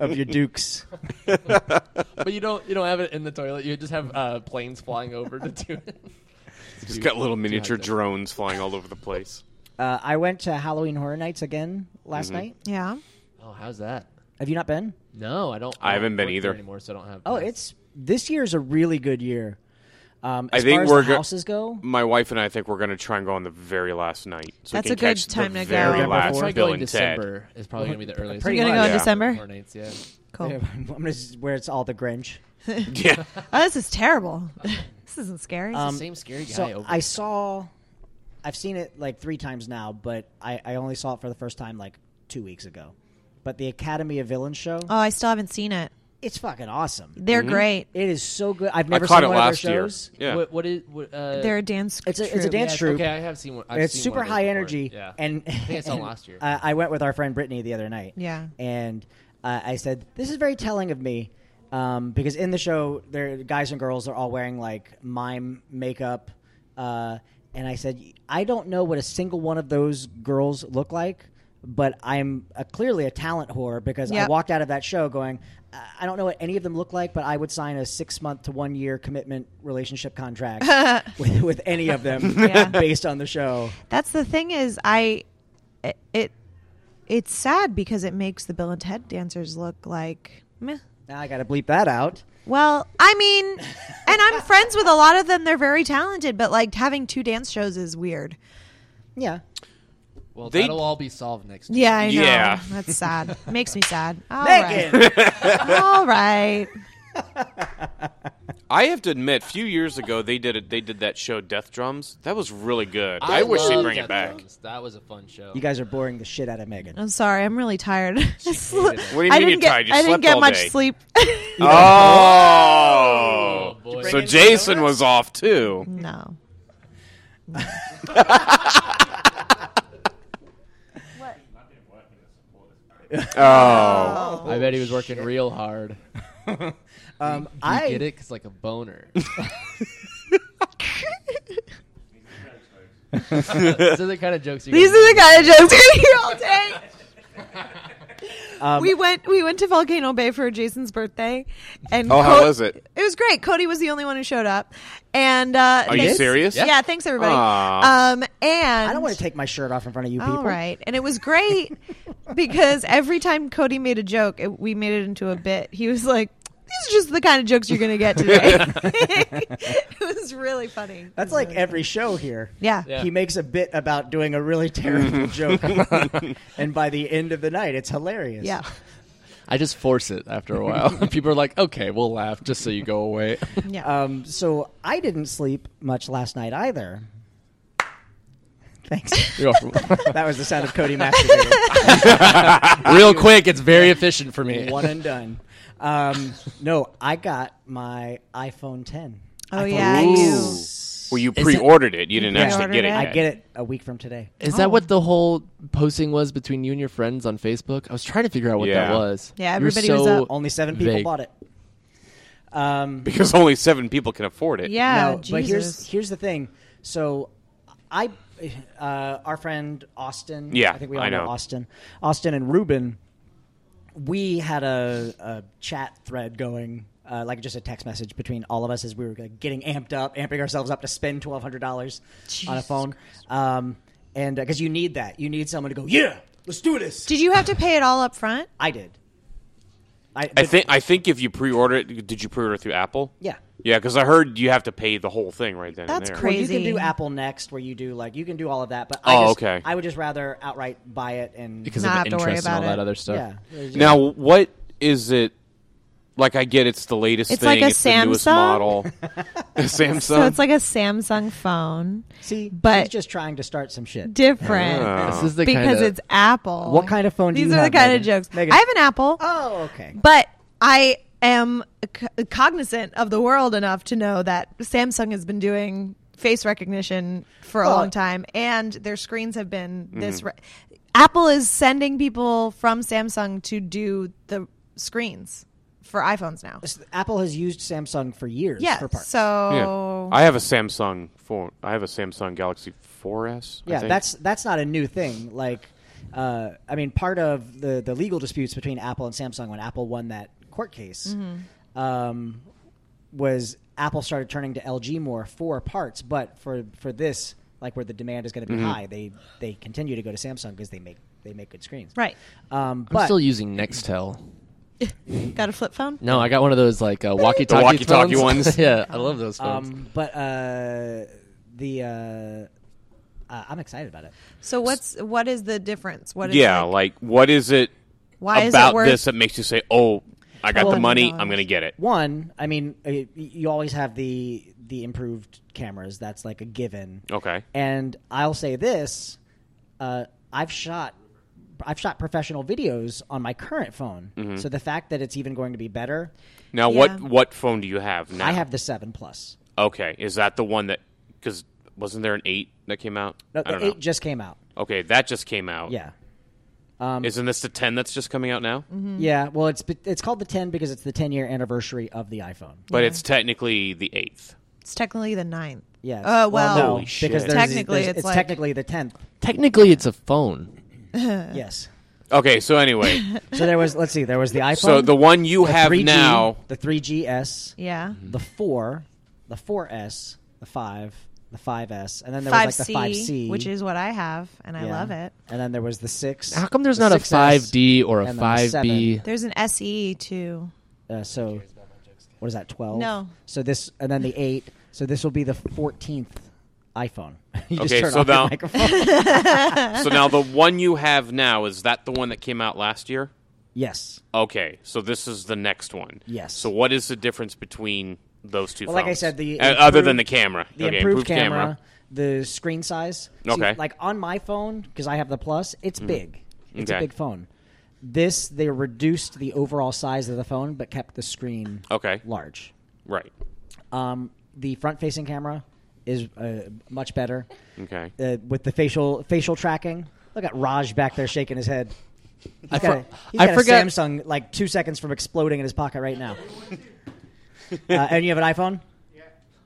[SPEAKER 1] of your dukes.
[SPEAKER 7] but you don't you don't have it in the toilet. You just have uh, planes flying over to do it.
[SPEAKER 4] just got little miniature
[SPEAKER 7] Dehydrated.
[SPEAKER 4] drones flying all over the place.
[SPEAKER 1] Uh, I went to Halloween Horror Nights again last
[SPEAKER 4] Mm-hmm.
[SPEAKER 1] night.
[SPEAKER 3] Yeah.
[SPEAKER 7] Oh, how's that?
[SPEAKER 1] Have you not been?
[SPEAKER 7] No, I don't.
[SPEAKER 4] I haven't been
[SPEAKER 7] work there
[SPEAKER 4] either.
[SPEAKER 7] anymore, so I don't have.
[SPEAKER 1] Oh,
[SPEAKER 7] plans.
[SPEAKER 1] it's this year's a really good year. Um,
[SPEAKER 4] I
[SPEAKER 1] as
[SPEAKER 4] think
[SPEAKER 1] far as
[SPEAKER 4] we're
[SPEAKER 1] the
[SPEAKER 4] go-
[SPEAKER 1] houses go.
[SPEAKER 4] My wife and I think we're going to try and go on the very last night. So
[SPEAKER 3] That's
[SPEAKER 4] we
[SPEAKER 3] a
[SPEAKER 4] can
[SPEAKER 3] good
[SPEAKER 4] catch
[SPEAKER 3] time
[SPEAKER 4] the
[SPEAKER 3] to go.
[SPEAKER 4] very
[SPEAKER 1] November
[SPEAKER 4] last
[SPEAKER 1] fourth.
[SPEAKER 7] Probably
[SPEAKER 4] Bill
[SPEAKER 7] going
[SPEAKER 4] and Ted.
[SPEAKER 7] December is probably gonna be the earliest.
[SPEAKER 1] Pretty
[SPEAKER 3] You're gonna go in
[SPEAKER 4] Yeah.
[SPEAKER 3] December.
[SPEAKER 7] Hornets, yeah.
[SPEAKER 3] Cool.
[SPEAKER 1] Yeah, I'm gonna s- where it's all the Grinch.
[SPEAKER 4] Yeah.
[SPEAKER 3] Oh, this is terrible. this isn't scary.
[SPEAKER 1] Um,
[SPEAKER 7] Same scary guy.
[SPEAKER 1] So
[SPEAKER 7] over
[SPEAKER 1] I saw, I've seen it like three times now, but I, I only saw it for the first time like two weeks ago. But the Academy of Villains show,
[SPEAKER 4] Uh,
[SPEAKER 3] oh, I still haven't seen it.
[SPEAKER 1] it's fucking awesome.
[SPEAKER 3] They're great.
[SPEAKER 1] It is so good. I've
[SPEAKER 4] I
[SPEAKER 1] never
[SPEAKER 4] caught
[SPEAKER 1] seen
[SPEAKER 4] it
[SPEAKER 1] one
[SPEAKER 4] last
[SPEAKER 1] of their
[SPEAKER 4] year.
[SPEAKER 1] shows.
[SPEAKER 4] Yeah.
[SPEAKER 7] What, what is what, uh,
[SPEAKER 3] They're a dance.
[SPEAKER 1] It's a- it's a
[SPEAKER 3] troupe.
[SPEAKER 1] dance
[SPEAKER 7] yes,
[SPEAKER 1] troupe.
[SPEAKER 7] Okay, I have seen one. I've
[SPEAKER 1] It's
[SPEAKER 7] seen
[SPEAKER 1] super
[SPEAKER 7] one of those
[SPEAKER 1] high
[SPEAKER 7] before.
[SPEAKER 1] energy,
[SPEAKER 7] Yeah.
[SPEAKER 1] and
[SPEAKER 7] I think I saw
[SPEAKER 1] and uh,
[SPEAKER 7] last year.
[SPEAKER 1] I, I went with our friend Brittany the other night.
[SPEAKER 3] Yeah.
[SPEAKER 1] and uh, I said, "This is very telling of me," um, because in the show, there guys and girls are all wearing like mime makeup, uh, and I said, "I don't know what a single one of those girls look like." But I'm uh clearly a talent whore because I
[SPEAKER 3] Yep.
[SPEAKER 1] walked out of that show going, "I I don't know what any of them look like, but I would sign a six month to one year commitment relationship contract with, with any of them
[SPEAKER 3] Yeah.
[SPEAKER 1] based on the show.
[SPEAKER 3] That's the thing is I it, it it's sad because it makes the Bill and Ted dancers look like meh.
[SPEAKER 1] Now I got to bleep that out.
[SPEAKER 3] Well, I mean, and I'm friends with a lot of them. They're very talented, but like having two dance shows is weird.
[SPEAKER 1] Yeah.
[SPEAKER 7] Well,
[SPEAKER 4] They-
[SPEAKER 7] that'll all be solved next. year.
[SPEAKER 3] Yeah, I know.
[SPEAKER 4] Yeah.
[SPEAKER 3] That's sad. Makes me sad. All right.
[SPEAKER 1] Megan!
[SPEAKER 3] All right.
[SPEAKER 4] I have to admit, a few years ago they did it. They did that show, Death Drums. That was really good. I, wish they'd
[SPEAKER 7] love
[SPEAKER 4] bring it
[SPEAKER 7] Death
[SPEAKER 4] back.
[SPEAKER 7] Drums. That was a fun show.
[SPEAKER 1] You guys are boring the shit out of Megan.
[SPEAKER 3] I'm sorry. I'm really tired.
[SPEAKER 7] hated it.
[SPEAKER 4] What do you
[SPEAKER 3] I
[SPEAKER 4] mean
[SPEAKER 3] didn't
[SPEAKER 4] you're
[SPEAKER 3] get,
[SPEAKER 4] tired? You
[SPEAKER 3] I
[SPEAKER 4] slept
[SPEAKER 3] didn't get
[SPEAKER 4] all
[SPEAKER 3] much
[SPEAKER 4] day. Uh,
[SPEAKER 3] sleep.
[SPEAKER 4] Oh,
[SPEAKER 7] boy.
[SPEAKER 4] so Jason was off too.
[SPEAKER 3] no.
[SPEAKER 4] Oh,
[SPEAKER 7] I bet he was working real hard.
[SPEAKER 1] Um,
[SPEAKER 7] You
[SPEAKER 1] I
[SPEAKER 7] get it? Cause like a boner. These are the kind of jokes you.
[SPEAKER 3] These
[SPEAKER 7] guys-
[SPEAKER 3] are the kind of jokes we're gonna hear all day. we went we went to Volcano Bay for Jason's birthday, and
[SPEAKER 4] oh, how
[SPEAKER 3] Co-
[SPEAKER 4] was it?
[SPEAKER 3] It was great. Cody was the only one who showed up, and uh,
[SPEAKER 4] Are you
[SPEAKER 3] thanks-
[SPEAKER 4] serious?
[SPEAKER 3] Yeah, thanks everybody.
[SPEAKER 4] Aw.
[SPEAKER 3] Um, and
[SPEAKER 1] I don't want to take my shirt off in front of you people.
[SPEAKER 3] all right, and it was great because every time Cody made a joke, it, we made it into a bit. He was like. these are just the kind of jokes you're going to get today. it was really funny. It
[SPEAKER 1] That's
[SPEAKER 3] was
[SPEAKER 1] like
[SPEAKER 3] really
[SPEAKER 1] every show here.
[SPEAKER 3] Yeah.
[SPEAKER 7] Yeah.
[SPEAKER 1] He makes a bit about doing a really terrible joke. and by the end of the night, it's hilarious.
[SPEAKER 3] funny. Yeah.
[SPEAKER 5] I just force it after a while. People are like, okay, we'll laugh just so you go away.
[SPEAKER 3] Yeah.
[SPEAKER 1] Um, so I didn't sleep much last night either. Thanks.
[SPEAKER 5] You're welcome.
[SPEAKER 1] that was the sound of Cody masturbating.
[SPEAKER 5] Real quick, it's very efficient for me.
[SPEAKER 1] One and done. Um, no, I got my iPhone 10.
[SPEAKER 3] oh, yeah. You.
[SPEAKER 4] Well, you pre-ordered it. You didn't actually
[SPEAKER 3] Pre-ordered
[SPEAKER 4] get it.
[SPEAKER 3] it?
[SPEAKER 4] Yet.
[SPEAKER 1] I get it a week from today.
[SPEAKER 5] Is
[SPEAKER 3] Oh.
[SPEAKER 5] that what the whole posting was between you and your friends on Facebook? I was trying to figure out what
[SPEAKER 4] Yeah.
[SPEAKER 5] that was.
[SPEAKER 3] Yeah,
[SPEAKER 5] You were
[SPEAKER 3] everybody was
[SPEAKER 5] so
[SPEAKER 3] up.
[SPEAKER 1] Only seven people
[SPEAKER 5] vague.
[SPEAKER 1] bought it. Um,
[SPEAKER 4] because only seven people can afford it.
[SPEAKER 3] Yeah.
[SPEAKER 1] no,
[SPEAKER 3] Jesus.
[SPEAKER 1] but here's here's the thing. So, I, uh, our friend Austin.
[SPEAKER 4] Yeah,
[SPEAKER 1] I think we all
[SPEAKER 4] I
[SPEAKER 1] know.
[SPEAKER 4] know.
[SPEAKER 1] Austin, Austin and Ruben. We had a, a chat thread going, uh, like just a text message between all of us as we were like, getting amped up, amping ourselves up to spend twelve hundred dollars on a phone, um, and because you need that, you need someone to go, yeah, let's do this.
[SPEAKER 3] Did you have to pay it all up front?
[SPEAKER 1] I did. I,
[SPEAKER 4] I think I think if you pre-order it, did you pre-order through Apple?
[SPEAKER 1] Yeah.
[SPEAKER 4] Yeah, because I heard you have to pay the whole thing right then.
[SPEAKER 3] That's
[SPEAKER 4] and there.
[SPEAKER 3] crazy.
[SPEAKER 1] Well, you can do Apple Next, where you do like you can do all of that. But I
[SPEAKER 4] Oh,
[SPEAKER 1] just,
[SPEAKER 4] okay.
[SPEAKER 1] I would just rather outright buy it and
[SPEAKER 5] because
[SPEAKER 3] Not
[SPEAKER 5] of
[SPEAKER 3] have to worry
[SPEAKER 5] interest and all
[SPEAKER 3] about
[SPEAKER 5] that
[SPEAKER 3] it.
[SPEAKER 5] other stuff.
[SPEAKER 1] yeah.
[SPEAKER 4] Now, what is it? Like, I get it's the latest
[SPEAKER 3] It's
[SPEAKER 4] thing.
[SPEAKER 3] like a
[SPEAKER 4] it's the newest
[SPEAKER 3] Samsung?
[SPEAKER 4] model. Samsung.
[SPEAKER 3] So it's like a Samsung phone,
[SPEAKER 1] See,
[SPEAKER 3] but-
[SPEAKER 1] she's just trying to start some shit.
[SPEAKER 3] different
[SPEAKER 4] Oh.
[SPEAKER 5] This is the
[SPEAKER 3] because
[SPEAKER 5] kinda,
[SPEAKER 3] it's Apple.
[SPEAKER 1] What kind of phone do
[SPEAKER 3] These
[SPEAKER 1] you
[SPEAKER 3] are
[SPEAKER 1] have,
[SPEAKER 3] the kind of
[SPEAKER 1] Megan?
[SPEAKER 3] jokes.
[SPEAKER 1] Megan-
[SPEAKER 3] I have an Apple,
[SPEAKER 1] Oh, okay.
[SPEAKER 3] but I am c- cognizant of the world enough to know that Samsung has been doing face recognition for a
[SPEAKER 1] Well- Mm-hmm.
[SPEAKER 3] long time, and their screens have been this. Re- Apple is sending people from Samsung to do the screens for iPhones now.
[SPEAKER 1] Apple has used Samsung for years.
[SPEAKER 3] Yeah.
[SPEAKER 1] for parts.
[SPEAKER 3] So
[SPEAKER 4] yeah. I have a Samsung phone. I have a Samsung Galaxy 4S. I
[SPEAKER 1] yeah,
[SPEAKER 4] think.
[SPEAKER 1] that's that's not a new thing. Like, uh, I mean, part of the the legal disputes between Apple and Samsung when Apple won that court case
[SPEAKER 3] Mm-hmm.
[SPEAKER 1] um, was Apple started turning to LG more for parts, but for for this, like where the demand is going to
[SPEAKER 4] Mm-hmm.
[SPEAKER 1] be high, they they continue to go to Samsung because they make they make good screens.
[SPEAKER 3] right,
[SPEAKER 1] Um,
[SPEAKER 5] I'm
[SPEAKER 1] but
[SPEAKER 5] still using Nextel.
[SPEAKER 3] got a flip phone.
[SPEAKER 5] No, I got one of those like uh, walkie-talkie,
[SPEAKER 4] walkie-talkie
[SPEAKER 5] phones.
[SPEAKER 4] ones.
[SPEAKER 5] yeah, I love those phones.
[SPEAKER 1] um, but uh, the uh, uh, I'm excited about it.
[SPEAKER 3] So what's what is the difference? What is
[SPEAKER 4] yeah.
[SPEAKER 3] like-
[SPEAKER 4] Like, what is it
[SPEAKER 3] why is
[SPEAKER 4] about
[SPEAKER 3] it worth?
[SPEAKER 4] this that makes you say, "Oh, I got the
[SPEAKER 3] Well-
[SPEAKER 4] money. I'm going to get it."
[SPEAKER 1] One, I mean, uh, y- you always have the the improved cameras. That's like a given.
[SPEAKER 4] Okay.
[SPEAKER 1] And I'll say this: uh, I've shot, I've shot professional videos on my current phone.
[SPEAKER 4] Mm-hmm.
[SPEAKER 1] So the fact that it's even going to be better,
[SPEAKER 4] Now,
[SPEAKER 3] Yeah.
[SPEAKER 4] what what phone do you have now?
[SPEAKER 1] I have the seven plus.
[SPEAKER 4] Okay, is that the one that? Because wasn't there an eight that came out?
[SPEAKER 1] No,
[SPEAKER 4] I don't
[SPEAKER 1] the eight
[SPEAKER 4] know. Oh.
[SPEAKER 1] just came out.
[SPEAKER 4] Okay, that just came out.
[SPEAKER 1] Yeah,
[SPEAKER 4] Isn't this the 10 that's just coming out now?
[SPEAKER 3] Mm-hmm. Hmm.
[SPEAKER 1] yeah. Well, it's it's called the ten because it's the ten year anniversary of the iPhone.
[SPEAKER 4] But it's technically the 8th.
[SPEAKER 3] It's technically the ninth.
[SPEAKER 1] Yeah.
[SPEAKER 3] Uh, well,
[SPEAKER 1] no,
[SPEAKER 4] Holy shit.
[SPEAKER 1] because there's,
[SPEAKER 3] Technically,
[SPEAKER 1] there's-
[SPEAKER 3] it's
[SPEAKER 1] it's
[SPEAKER 3] like-
[SPEAKER 1] technically the tenth.
[SPEAKER 5] Technically, it's a phone.
[SPEAKER 1] Yes.
[SPEAKER 4] Okay, so anyway,
[SPEAKER 1] So there was. Let's see. There was the iPhone.
[SPEAKER 4] so the one you have
[SPEAKER 1] 3G,
[SPEAKER 4] now.
[SPEAKER 1] the 3GS,
[SPEAKER 3] yeah.
[SPEAKER 1] the 4, the 4S, the 5, the 5S, and then there
[SPEAKER 3] Five
[SPEAKER 1] was like the
[SPEAKER 3] C,
[SPEAKER 1] 5C,
[SPEAKER 3] which is what I have, and I
[SPEAKER 1] yeah.
[SPEAKER 3] love it.
[SPEAKER 1] And then there was the 6.
[SPEAKER 5] How come there's
[SPEAKER 1] the
[SPEAKER 5] not a
[SPEAKER 1] 6S,
[SPEAKER 5] 5D or a
[SPEAKER 1] and then the
[SPEAKER 5] 5B?
[SPEAKER 3] There's an SE too.
[SPEAKER 1] Uh, so what is that? 12.
[SPEAKER 3] No.
[SPEAKER 1] So this and then the 8. So this will be the 14th iPhone. you just
[SPEAKER 4] Okay,
[SPEAKER 1] turn
[SPEAKER 4] so
[SPEAKER 1] off
[SPEAKER 4] now-
[SPEAKER 1] your microphone.
[SPEAKER 4] So now the one you have now, is that the one that came out last year?
[SPEAKER 1] yes.
[SPEAKER 4] Okay, so this is the next one.
[SPEAKER 1] Yes.
[SPEAKER 4] So what is the difference between those two
[SPEAKER 1] Well,
[SPEAKER 4] phones?
[SPEAKER 1] like I said, the
[SPEAKER 4] Uh, other
[SPEAKER 1] improved-
[SPEAKER 4] than the camera.
[SPEAKER 1] The
[SPEAKER 4] okay,
[SPEAKER 1] improved, camera, the screen size. See,
[SPEAKER 4] Okay. Mm.
[SPEAKER 1] like on my phone, because I have the plus, it's big. It's a
[SPEAKER 4] Okay.
[SPEAKER 1] big phone. This they reduced the overall size of the phone, but kept the screen
[SPEAKER 4] Okay.
[SPEAKER 1] large.
[SPEAKER 4] Right.
[SPEAKER 1] Um, the front-facing camera is uh, much better
[SPEAKER 4] Okay.
[SPEAKER 1] uh, with the facial facial tracking. Look at Raj back there shaking his head. He's
[SPEAKER 5] I
[SPEAKER 1] got,
[SPEAKER 5] for-
[SPEAKER 1] a, he's
[SPEAKER 5] I
[SPEAKER 1] got
[SPEAKER 5] forgot-
[SPEAKER 1] a Samsung like two seconds from exploding in his pocket right now. uh, and you have an iPhone.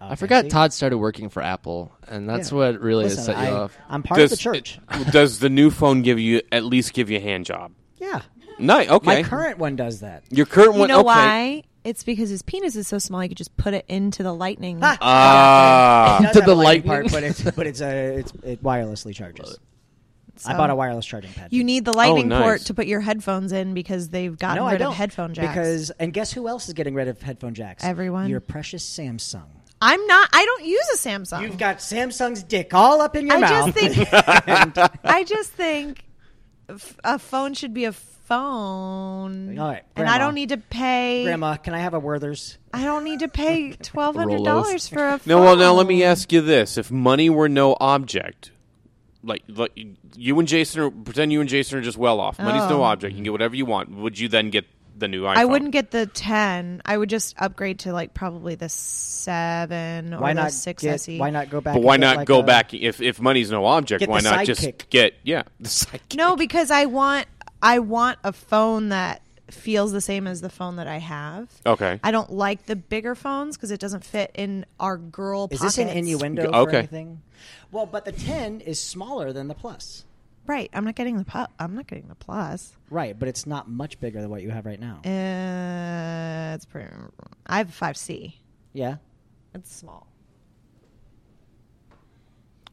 [SPEAKER 5] I forgot
[SPEAKER 1] see?
[SPEAKER 5] Todd started working for Apple, and that's
[SPEAKER 1] Yeah.
[SPEAKER 5] what really has
[SPEAKER 1] Listen,
[SPEAKER 5] set you
[SPEAKER 1] I,
[SPEAKER 5] off.
[SPEAKER 1] I'm part
[SPEAKER 4] does,
[SPEAKER 1] of the church.
[SPEAKER 4] does the new phone give you at least give you a hand job?
[SPEAKER 1] yeah,
[SPEAKER 4] No, okay.
[SPEAKER 1] my current one does that.
[SPEAKER 4] Your current
[SPEAKER 3] You
[SPEAKER 4] one.
[SPEAKER 3] know
[SPEAKER 4] okay.
[SPEAKER 3] why? It's because his penis is so small. You could just put it into the lightning.
[SPEAKER 1] Ah.
[SPEAKER 4] Ah.
[SPEAKER 1] It does
[SPEAKER 5] To
[SPEAKER 1] have
[SPEAKER 5] the
[SPEAKER 1] a lightning
[SPEAKER 5] lightning.
[SPEAKER 1] part, but it's but it's uh, it's it wirelessly charges. I bought a wireless charging pad.
[SPEAKER 3] You need the lightning
[SPEAKER 4] Oh, nice.
[SPEAKER 3] port to put your headphones in because they've gotten
[SPEAKER 1] no,
[SPEAKER 3] rid
[SPEAKER 1] I don't.
[SPEAKER 3] of headphone jacks.
[SPEAKER 1] Because and guess who else is getting rid of headphone jacks?
[SPEAKER 3] Everyone.
[SPEAKER 1] Your precious Samsung.
[SPEAKER 3] I'm not. I don't use a Samsung.
[SPEAKER 1] You've got Samsung's dick all up in your
[SPEAKER 3] I
[SPEAKER 1] mouth.
[SPEAKER 3] just think. I just think f- a phone should be a phone.
[SPEAKER 1] All right,
[SPEAKER 3] and I
[SPEAKER 1] Grandma.
[SPEAKER 3] don't need to pay.
[SPEAKER 1] Grandma, can I have a Werther's?
[SPEAKER 3] I don't need to pay twelve hundred dollars for a.
[SPEAKER 4] No, well, now let me
[SPEAKER 3] phone.
[SPEAKER 4] ask you this: If money were no object, like, like you and Jason, are, pretend you and Jason are just well off. Money's no
[SPEAKER 3] Oh.
[SPEAKER 4] object; you can get whatever you want. Would you then get the new iPhone?
[SPEAKER 3] I wouldn't get the ten. I would just upgrade to like probably the seven or
[SPEAKER 1] Why
[SPEAKER 3] the
[SPEAKER 1] not
[SPEAKER 3] six E.
[SPEAKER 1] get-
[SPEAKER 3] SE.
[SPEAKER 1] Why not go back?
[SPEAKER 4] But
[SPEAKER 1] and
[SPEAKER 4] why
[SPEAKER 1] get
[SPEAKER 4] not
[SPEAKER 1] like
[SPEAKER 4] go
[SPEAKER 1] a-
[SPEAKER 4] back? If if money's no object,
[SPEAKER 1] Get
[SPEAKER 4] why
[SPEAKER 1] the
[SPEAKER 4] not just
[SPEAKER 1] sidekick.
[SPEAKER 4] get yeah the sidekick?
[SPEAKER 3] No, because I want I want a phone that feels the same as the phone that I have.
[SPEAKER 4] Okay.
[SPEAKER 3] I don't like the bigger phones because it doesn't fit in our girl.
[SPEAKER 1] Is this an
[SPEAKER 3] pockets.
[SPEAKER 1] innuendo
[SPEAKER 4] Okay.
[SPEAKER 1] for anything? Well, but the ten is smaller than the plus.
[SPEAKER 3] Right. I'm not getting the pu- I'm not getting the plus.
[SPEAKER 1] Right, but it's not much bigger than what you have right now.
[SPEAKER 3] Uh, it's pretty. I have a five C.
[SPEAKER 1] yeah.
[SPEAKER 3] It's small.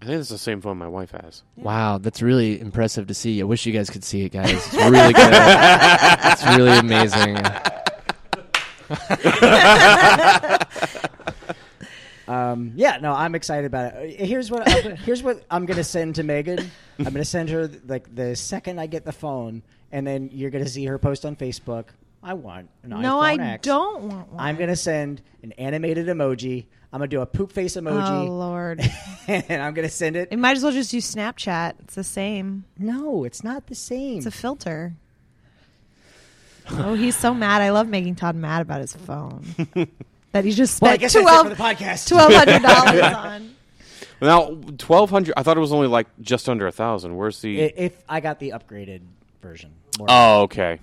[SPEAKER 4] I think it's the same phone my wife has.
[SPEAKER 5] Wow, that's really impressive to see. I wish you guys could see it, guys. It's really good. it's really amazing.
[SPEAKER 1] Um, yeah, no, I'm excited about it. Uh, Here's what I'm, here's what I'm gonna send to Megan. I'm gonna send her like the second I get the phone, and then you're gonna see her post on Facebook. I want an
[SPEAKER 3] no,
[SPEAKER 1] iPhone
[SPEAKER 3] I
[SPEAKER 1] X."
[SPEAKER 3] don't want one.
[SPEAKER 1] I'm gonna send an animated emoji. I'm gonna do a poop face
[SPEAKER 3] Oh
[SPEAKER 1] emoji,
[SPEAKER 3] lord!
[SPEAKER 1] and I'm gonna send it.
[SPEAKER 3] it might as well just use Snapchat. It's the same.
[SPEAKER 1] No, it's not the same.
[SPEAKER 3] It's a filter. Oh, he's so mad. I love making Todd mad about his phone that he just
[SPEAKER 1] well, I
[SPEAKER 3] spent
[SPEAKER 1] guess that's it for
[SPEAKER 3] twelve
[SPEAKER 1] the podcast.
[SPEAKER 3] twelve hundred dollars on.
[SPEAKER 4] Now twelve hundred. I thought it was only like just under a thousand. Where's the?
[SPEAKER 1] I- if I got the upgraded version. More,
[SPEAKER 4] oh, okay.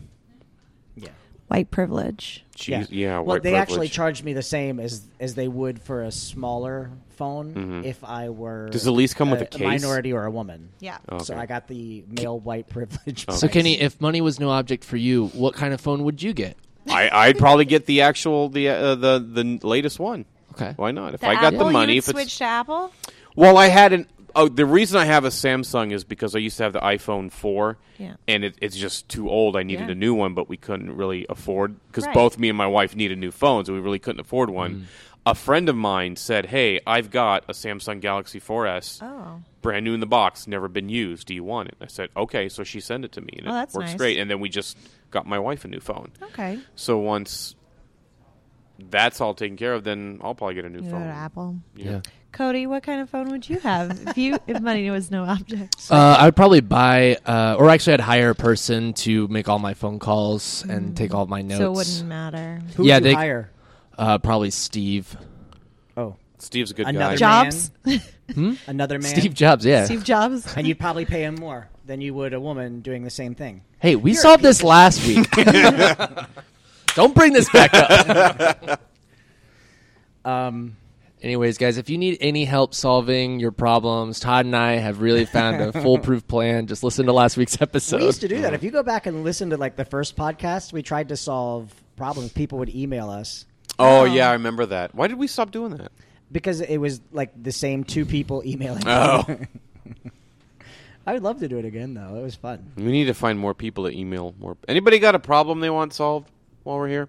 [SPEAKER 1] yeah.
[SPEAKER 3] White privilege.
[SPEAKER 4] Jeez, yeah.
[SPEAKER 1] Well,
[SPEAKER 4] white
[SPEAKER 1] they actually
[SPEAKER 4] privilege.
[SPEAKER 1] charged me the same as as they would for a smaller phone if I were.
[SPEAKER 4] Mm-hmm. Does the lease come with a case?
[SPEAKER 1] minority or a woman?
[SPEAKER 3] Yeah.
[SPEAKER 1] So
[SPEAKER 4] Okay.
[SPEAKER 1] I got the male white privilege.
[SPEAKER 5] So, Kenny, if money was no object for you, what kind of phone would you get?
[SPEAKER 4] I I'd probably get the actual the uh, the the latest one.
[SPEAKER 5] Okay.
[SPEAKER 4] Why not? If I got the money, if it's
[SPEAKER 3] switch to Apple.
[SPEAKER 4] Well, I had an. Oh, the reason I have a Samsung is because I used to have the iPhone four,
[SPEAKER 3] Yeah.
[SPEAKER 4] and it, it's just too old. I needed
[SPEAKER 3] Yeah.
[SPEAKER 4] a new one, but we couldn't really afford because
[SPEAKER 3] Right.
[SPEAKER 4] both me and my wife needed new phones, and we really couldn't afford one. A friend of mine said, "Hey, I've got a Samsung Galaxy 4S,
[SPEAKER 3] Oh,
[SPEAKER 4] brand new in the box, never been used. Do you want it?" I said, "Okay." So she sent it to me, and
[SPEAKER 3] Oh,
[SPEAKER 4] it
[SPEAKER 3] that's
[SPEAKER 4] works
[SPEAKER 3] nice.
[SPEAKER 4] great. And then we just got my wife a new phone.
[SPEAKER 3] okay.
[SPEAKER 4] So once that's all taken care of, then I'll probably get a new
[SPEAKER 3] You go
[SPEAKER 4] phone.
[SPEAKER 3] to Apple.
[SPEAKER 5] Yeah.
[SPEAKER 3] Cody, what kind of phone would you have if you if money was no object?
[SPEAKER 5] Uh, I would probably buy, uh, or actually, I'd hire a person to make all my phone calls
[SPEAKER 1] Mm.
[SPEAKER 5] and take all my notes.
[SPEAKER 3] So it wouldn't matter.
[SPEAKER 1] Who
[SPEAKER 5] Yeah,
[SPEAKER 1] would you
[SPEAKER 5] they-
[SPEAKER 1] hire?
[SPEAKER 5] Uh, probably Steve.
[SPEAKER 1] Oh,
[SPEAKER 4] Steve's a good
[SPEAKER 1] Another
[SPEAKER 4] guy.
[SPEAKER 1] job.
[SPEAKER 3] Jobs,
[SPEAKER 1] another man.
[SPEAKER 5] Steve Jobs. Yeah.
[SPEAKER 3] Steve Jobs.
[SPEAKER 1] and you'd probably pay him more than you would a woman doing the same thing.
[SPEAKER 5] Hey, we solved this last week. Don't bring this back up.
[SPEAKER 1] Um,
[SPEAKER 5] Anyways, guys, if you need any help solving your problems, Todd and I have really found a foolproof plan. Just listen to last week's episode.
[SPEAKER 1] we used to do
[SPEAKER 4] uh,
[SPEAKER 1] that. If you go back and listen to like the first podcast, we tried to solve problems. People would email us
[SPEAKER 4] Oh
[SPEAKER 3] Oh.
[SPEAKER 1] Um,
[SPEAKER 4] yeah, I remember that. Why did we stop doing that?
[SPEAKER 1] because it was like the same two people emailing.
[SPEAKER 4] Oh.
[SPEAKER 1] I would love to do it again though. It was fun.
[SPEAKER 4] We need to find more people to email more. Anybody got a problem they want solved while we're here?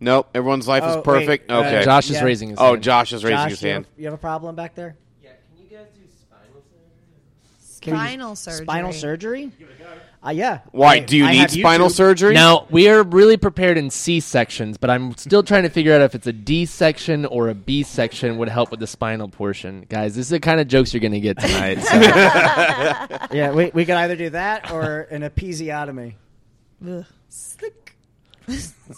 [SPEAKER 4] Nope. Everyone's life
[SPEAKER 1] Oh,
[SPEAKER 4] is perfect.
[SPEAKER 1] wait, uh,
[SPEAKER 4] okay.
[SPEAKER 5] Josh is
[SPEAKER 1] Yeah.
[SPEAKER 5] raising his
[SPEAKER 4] oh,
[SPEAKER 5] hand.
[SPEAKER 4] Josh is raising
[SPEAKER 1] Josh,
[SPEAKER 4] his
[SPEAKER 1] you have,
[SPEAKER 4] hand.
[SPEAKER 1] you have a problem back there? Can you-
[SPEAKER 3] Spinal surgery.
[SPEAKER 1] Spinal surgery? Uh, yeah.
[SPEAKER 4] Why
[SPEAKER 1] I-
[SPEAKER 4] do you
[SPEAKER 1] I
[SPEAKER 4] need
[SPEAKER 1] have
[SPEAKER 4] spinal
[SPEAKER 1] YouTube.
[SPEAKER 4] surgery?
[SPEAKER 5] Now, we are really prepared in C sections, but I'm still trying to figure out if it's a D section or a B section would help with the spinal portion. Guys, this is the kind of jokes you're going to get tonight. so-
[SPEAKER 1] Yeah, we, we could either do that or an episiotomy.
[SPEAKER 3] Ugh. Slick.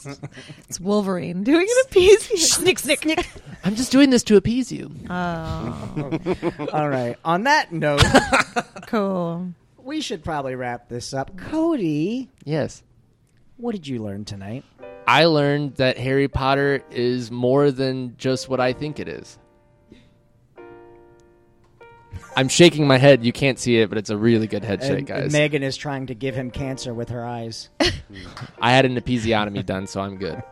[SPEAKER 3] it's Wolverine doing an appeasement. snick, snick, snick.
[SPEAKER 5] I'm just doing this to appease you.
[SPEAKER 3] Oh,
[SPEAKER 1] All right. On that note,
[SPEAKER 3] cool.
[SPEAKER 1] we should probably wrap this up. Cody,
[SPEAKER 5] Yes.
[SPEAKER 1] what did you learn tonight?
[SPEAKER 5] I learned that Harry Potter is more than just what I think it is. I'm shaking my head. You can't see it, but it's a really good head shake,
[SPEAKER 1] And-
[SPEAKER 5] guys.
[SPEAKER 1] and Megan is trying to give him cancer with her eyes.
[SPEAKER 5] I had an episiotomy done, so I'm good.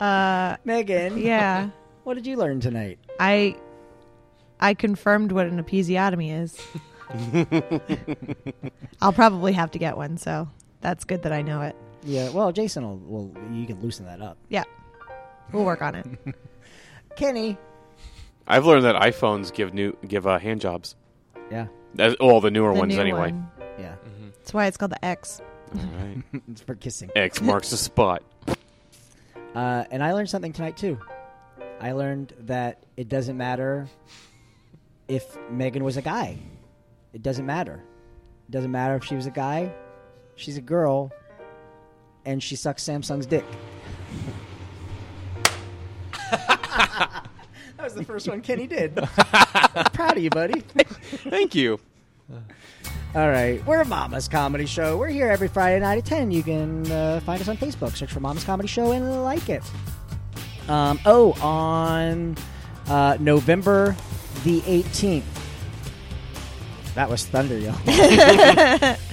[SPEAKER 3] Uh,
[SPEAKER 1] Megan,
[SPEAKER 3] yeah.
[SPEAKER 1] what did you learn tonight?
[SPEAKER 3] I I confirmed what an episiotomy is. I'll probably have to get one, so that's good that I know it.
[SPEAKER 1] Yeah. Well, Jason will. will you can loosen that up.
[SPEAKER 3] Yeah. We'll work on it.
[SPEAKER 1] Kenny.
[SPEAKER 4] I've learned that iPhones give new give uh, hand jobs.
[SPEAKER 1] Yeah.
[SPEAKER 4] That's, well, the newer
[SPEAKER 3] The
[SPEAKER 4] ones
[SPEAKER 3] new
[SPEAKER 4] anyway.
[SPEAKER 3] one.
[SPEAKER 1] Yeah.
[SPEAKER 3] That's why it's called the X.
[SPEAKER 1] It's for kissing.
[SPEAKER 4] X marks the spot.
[SPEAKER 1] Uh, and I learned something tonight too. I learned that it doesn't matter if Megan was a guy. It doesn't matter. It doesn't matter if she was a guy. She's a girl, and she sucks Samsung's dick. that was the first one Kenny did. Proud of you, buddy.
[SPEAKER 4] Thank you.
[SPEAKER 1] All right. We're a Mama's Comedy Show. We're here every Friday night at 10. You can uh, find us on Facebook. Search for Mama's Comedy Show and like it. Um, oh, on uh, November the 18th. That was thunder, y'all.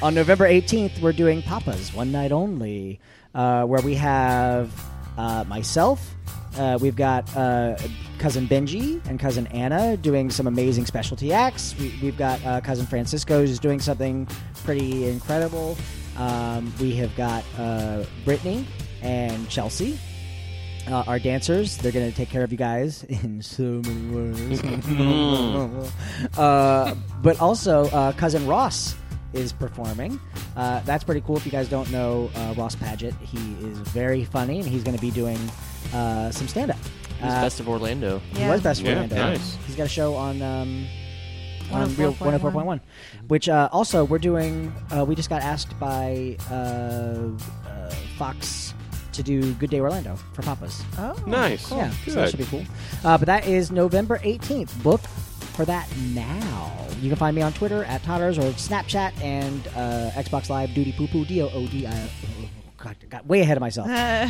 [SPEAKER 1] on November 18th, we're doing Papa's One Night Only, uh, where we have uh, myself, uh, we've got uh, cousin Benji and cousin Anna doing some amazing specialty acts. We, we've got uh, cousin Francisco who's doing something pretty incredible. Um, we have got uh, Brittany and Chelsea. Uh, our dancers, they're going to take care of you guys in so many words. uh, but also, uh, cousin Ross is performing. Uh, that's pretty cool. If you guys don't know uh, Ross Paget, he is very funny, and he's going to be doing uh, some stand up.
[SPEAKER 5] He's best of Orlando.
[SPEAKER 1] He was best
[SPEAKER 4] Yeah,
[SPEAKER 1] friend.
[SPEAKER 4] nice.
[SPEAKER 1] He's got a show on um, on Real
[SPEAKER 3] 104.1.
[SPEAKER 1] 104.1, which uh, also we're doing. Uh, we just got asked by uh, uh, Fox to do Good Day Orlando for Papa's.
[SPEAKER 3] Oh.
[SPEAKER 4] Nice.
[SPEAKER 1] yeah, so that
[SPEAKER 4] Good.
[SPEAKER 1] should be cool. Uh, but that is November 18th. Book for that now. You can find me on Twitter at Totters or Snapchat and uh, Xbox Live Duty Poo Poo D O O D I. oh, God, got way ahead of myself.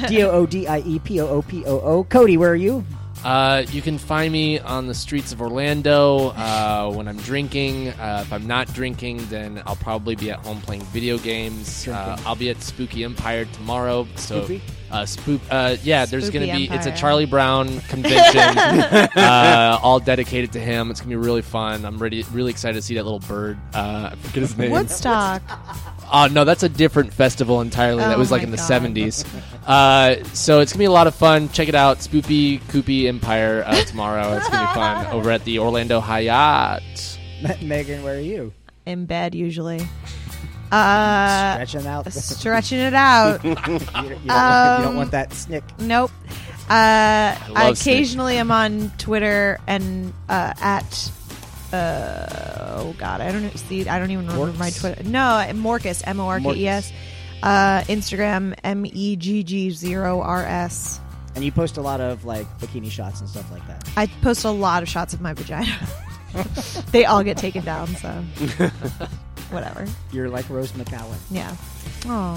[SPEAKER 1] D O O D I E P O O P O O. Cody, where are you?
[SPEAKER 5] Uh, you can find me on the streets of Orlando uh, when I'm drinking. Uh, if I'm not drinking, then I'll probably be at home playing video games. Uh,
[SPEAKER 1] Drinking.
[SPEAKER 5] I'll be at Spooky Empire tomorrow. So,
[SPEAKER 1] Spoopy?
[SPEAKER 5] Uh, spoop. Uh, yeah, there's
[SPEAKER 3] Spooky
[SPEAKER 5] going to be. It's a
[SPEAKER 3] Empire.
[SPEAKER 5] Charlie Brown convention, uh, all dedicated to him. It's going to be really fun. I'm really, really excited to see that little bird. Uh, I forget his name.
[SPEAKER 3] Woodstock.
[SPEAKER 5] Oh no, that's a different festival entirely. that
[SPEAKER 3] Oh
[SPEAKER 5] was like
[SPEAKER 3] my
[SPEAKER 5] in the
[SPEAKER 3] God.
[SPEAKER 5] seventies. Uh, so it's gonna be a lot of fun. Check it out, Spoopy Koopy Empire uh, tomorrow. it's gonna be fun over at the Orlando Hyatt.
[SPEAKER 1] Megan, where are you?
[SPEAKER 3] In bed, usually. Uh,
[SPEAKER 1] Stretching out.
[SPEAKER 3] stretching it out.
[SPEAKER 1] you, don't, you don't want that snick.
[SPEAKER 3] Nope. Uh, I,
[SPEAKER 5] love
[SPEAKER 3] occasionally am on Twitter and uh, at uh, oh god, I don't know, see. I don't even remember
[SPEAKER 1] Morks?
[SPEAKER 3] my Twitter. No, Morkus, M O R K E S. Uh, Instagram, M E G G zero R S.
[SPEAKER 1] And you post a lot of like bikini shots and stuff like that.
[SPEAKER 3] I post a lot of shots of my vagina. they all get taken down, so whatever.
[SPEAKER 1] You're like Rose McGowan.
[SPEAKER 3] Yeah. Oh,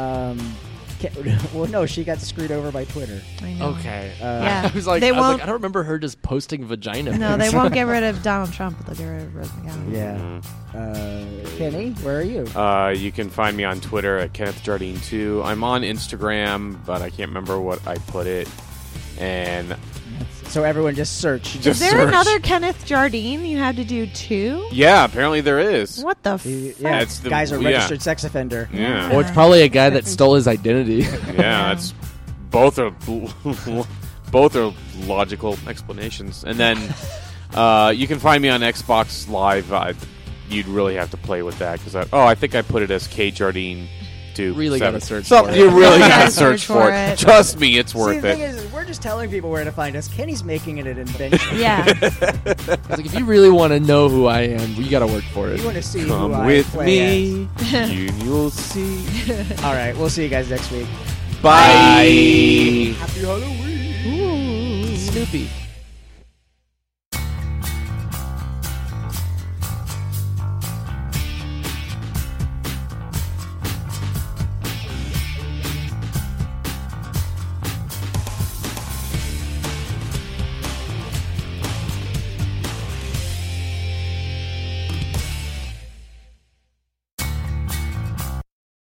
[SPEAKER 1] Um, ca- well, no, she got screwed over by Twitter.
[SPEAKER 3] I know.
[SPEAKER 5] Okay. Uh,
[SPEAKER 3] Yeah.
[SPEAKER 5] I was like,
[SPEAKER 3] They
[SPEAKER 5] I was
[SPEAKER 3] won't-
[SPEAKER 5] like, I don't remember her just posting vagina.
[SPEAKER 3] No, they
[SPEAKER 5] pics.
[SPEAKER 3] won't get rid of Donald Trump, but they'll get rid of Rose McGowan.
[SPEAKER 1] Yeah. Uh, Kenny, where are you?
[SPEAKER 4] Uh, you can find me on Twitter at Kenneth Jardine two. I'm on Instagram, but I can't remember what I put it. And
[SPEAKER 1] So everyone just search.
[SPEAKER 4] Just-
[SPEAKER 3] Is there
[SPEAKER 4] Search.
[SPEAKER 3] another Kenneth Jardine? You had to do two.
[SPEAKER 4] yeah, apparently there is.
[SPEAKER 3] What the? F-
[SPEAKER 1] yeah,
[SPEAKER 4] It's the-
[SPEAKER 1] guys are
[SPEAKER 4] yeah.
[SPEAKER 1] registered sex offender.
[SPEAKER 4] Yeah,
[SPEAKER 5] Or it's probably a guy that stole his identity.
[SPEAKER 4] yeah. That's both are both are logical explanations. And then uh, you can find me on Xbox Live. I, you'd really have to play with that because I, oh, I think I put it as K Jardine two.
[SPEAKER 5] Really gotta
[SPEAKER 4] seven.
[SPEAKER 5] search
[SPEAKER 4] Something
[SPEAKER 5] for it.
[SPEAKER 4] you really
[SPEAKER 3] Yeah,
[SPEAKER 4] gotta search for it. Trust me, it's
[SPEAKER 1] See,
[SPEAKER 4] worth
[SPEAKER 1] the thing
[SPEAKER 4] it.
[SPEAKER 1] is, we're just telling people where to find us. Kenny's making it an invention.
[SPEAKER 3] yeah.
[SPEAKER 5] I was like, if you really want to know who I am, you gotta work for it.
[SPEAKER 1] You want to see who
[SPEAKER 4] Come
[SPEAKER 1] I
[SPEAKER 4] with
[SPEAKER 1] play
[SPEAKER 4] me, you, you'll see.
[SPEAKER 1] as. All right, we'll see you guys next week.
[SPEAKER 4] Bye.
[SPEAKER 1] Happy Halloween.
[SPEAKER 5] Snoopy.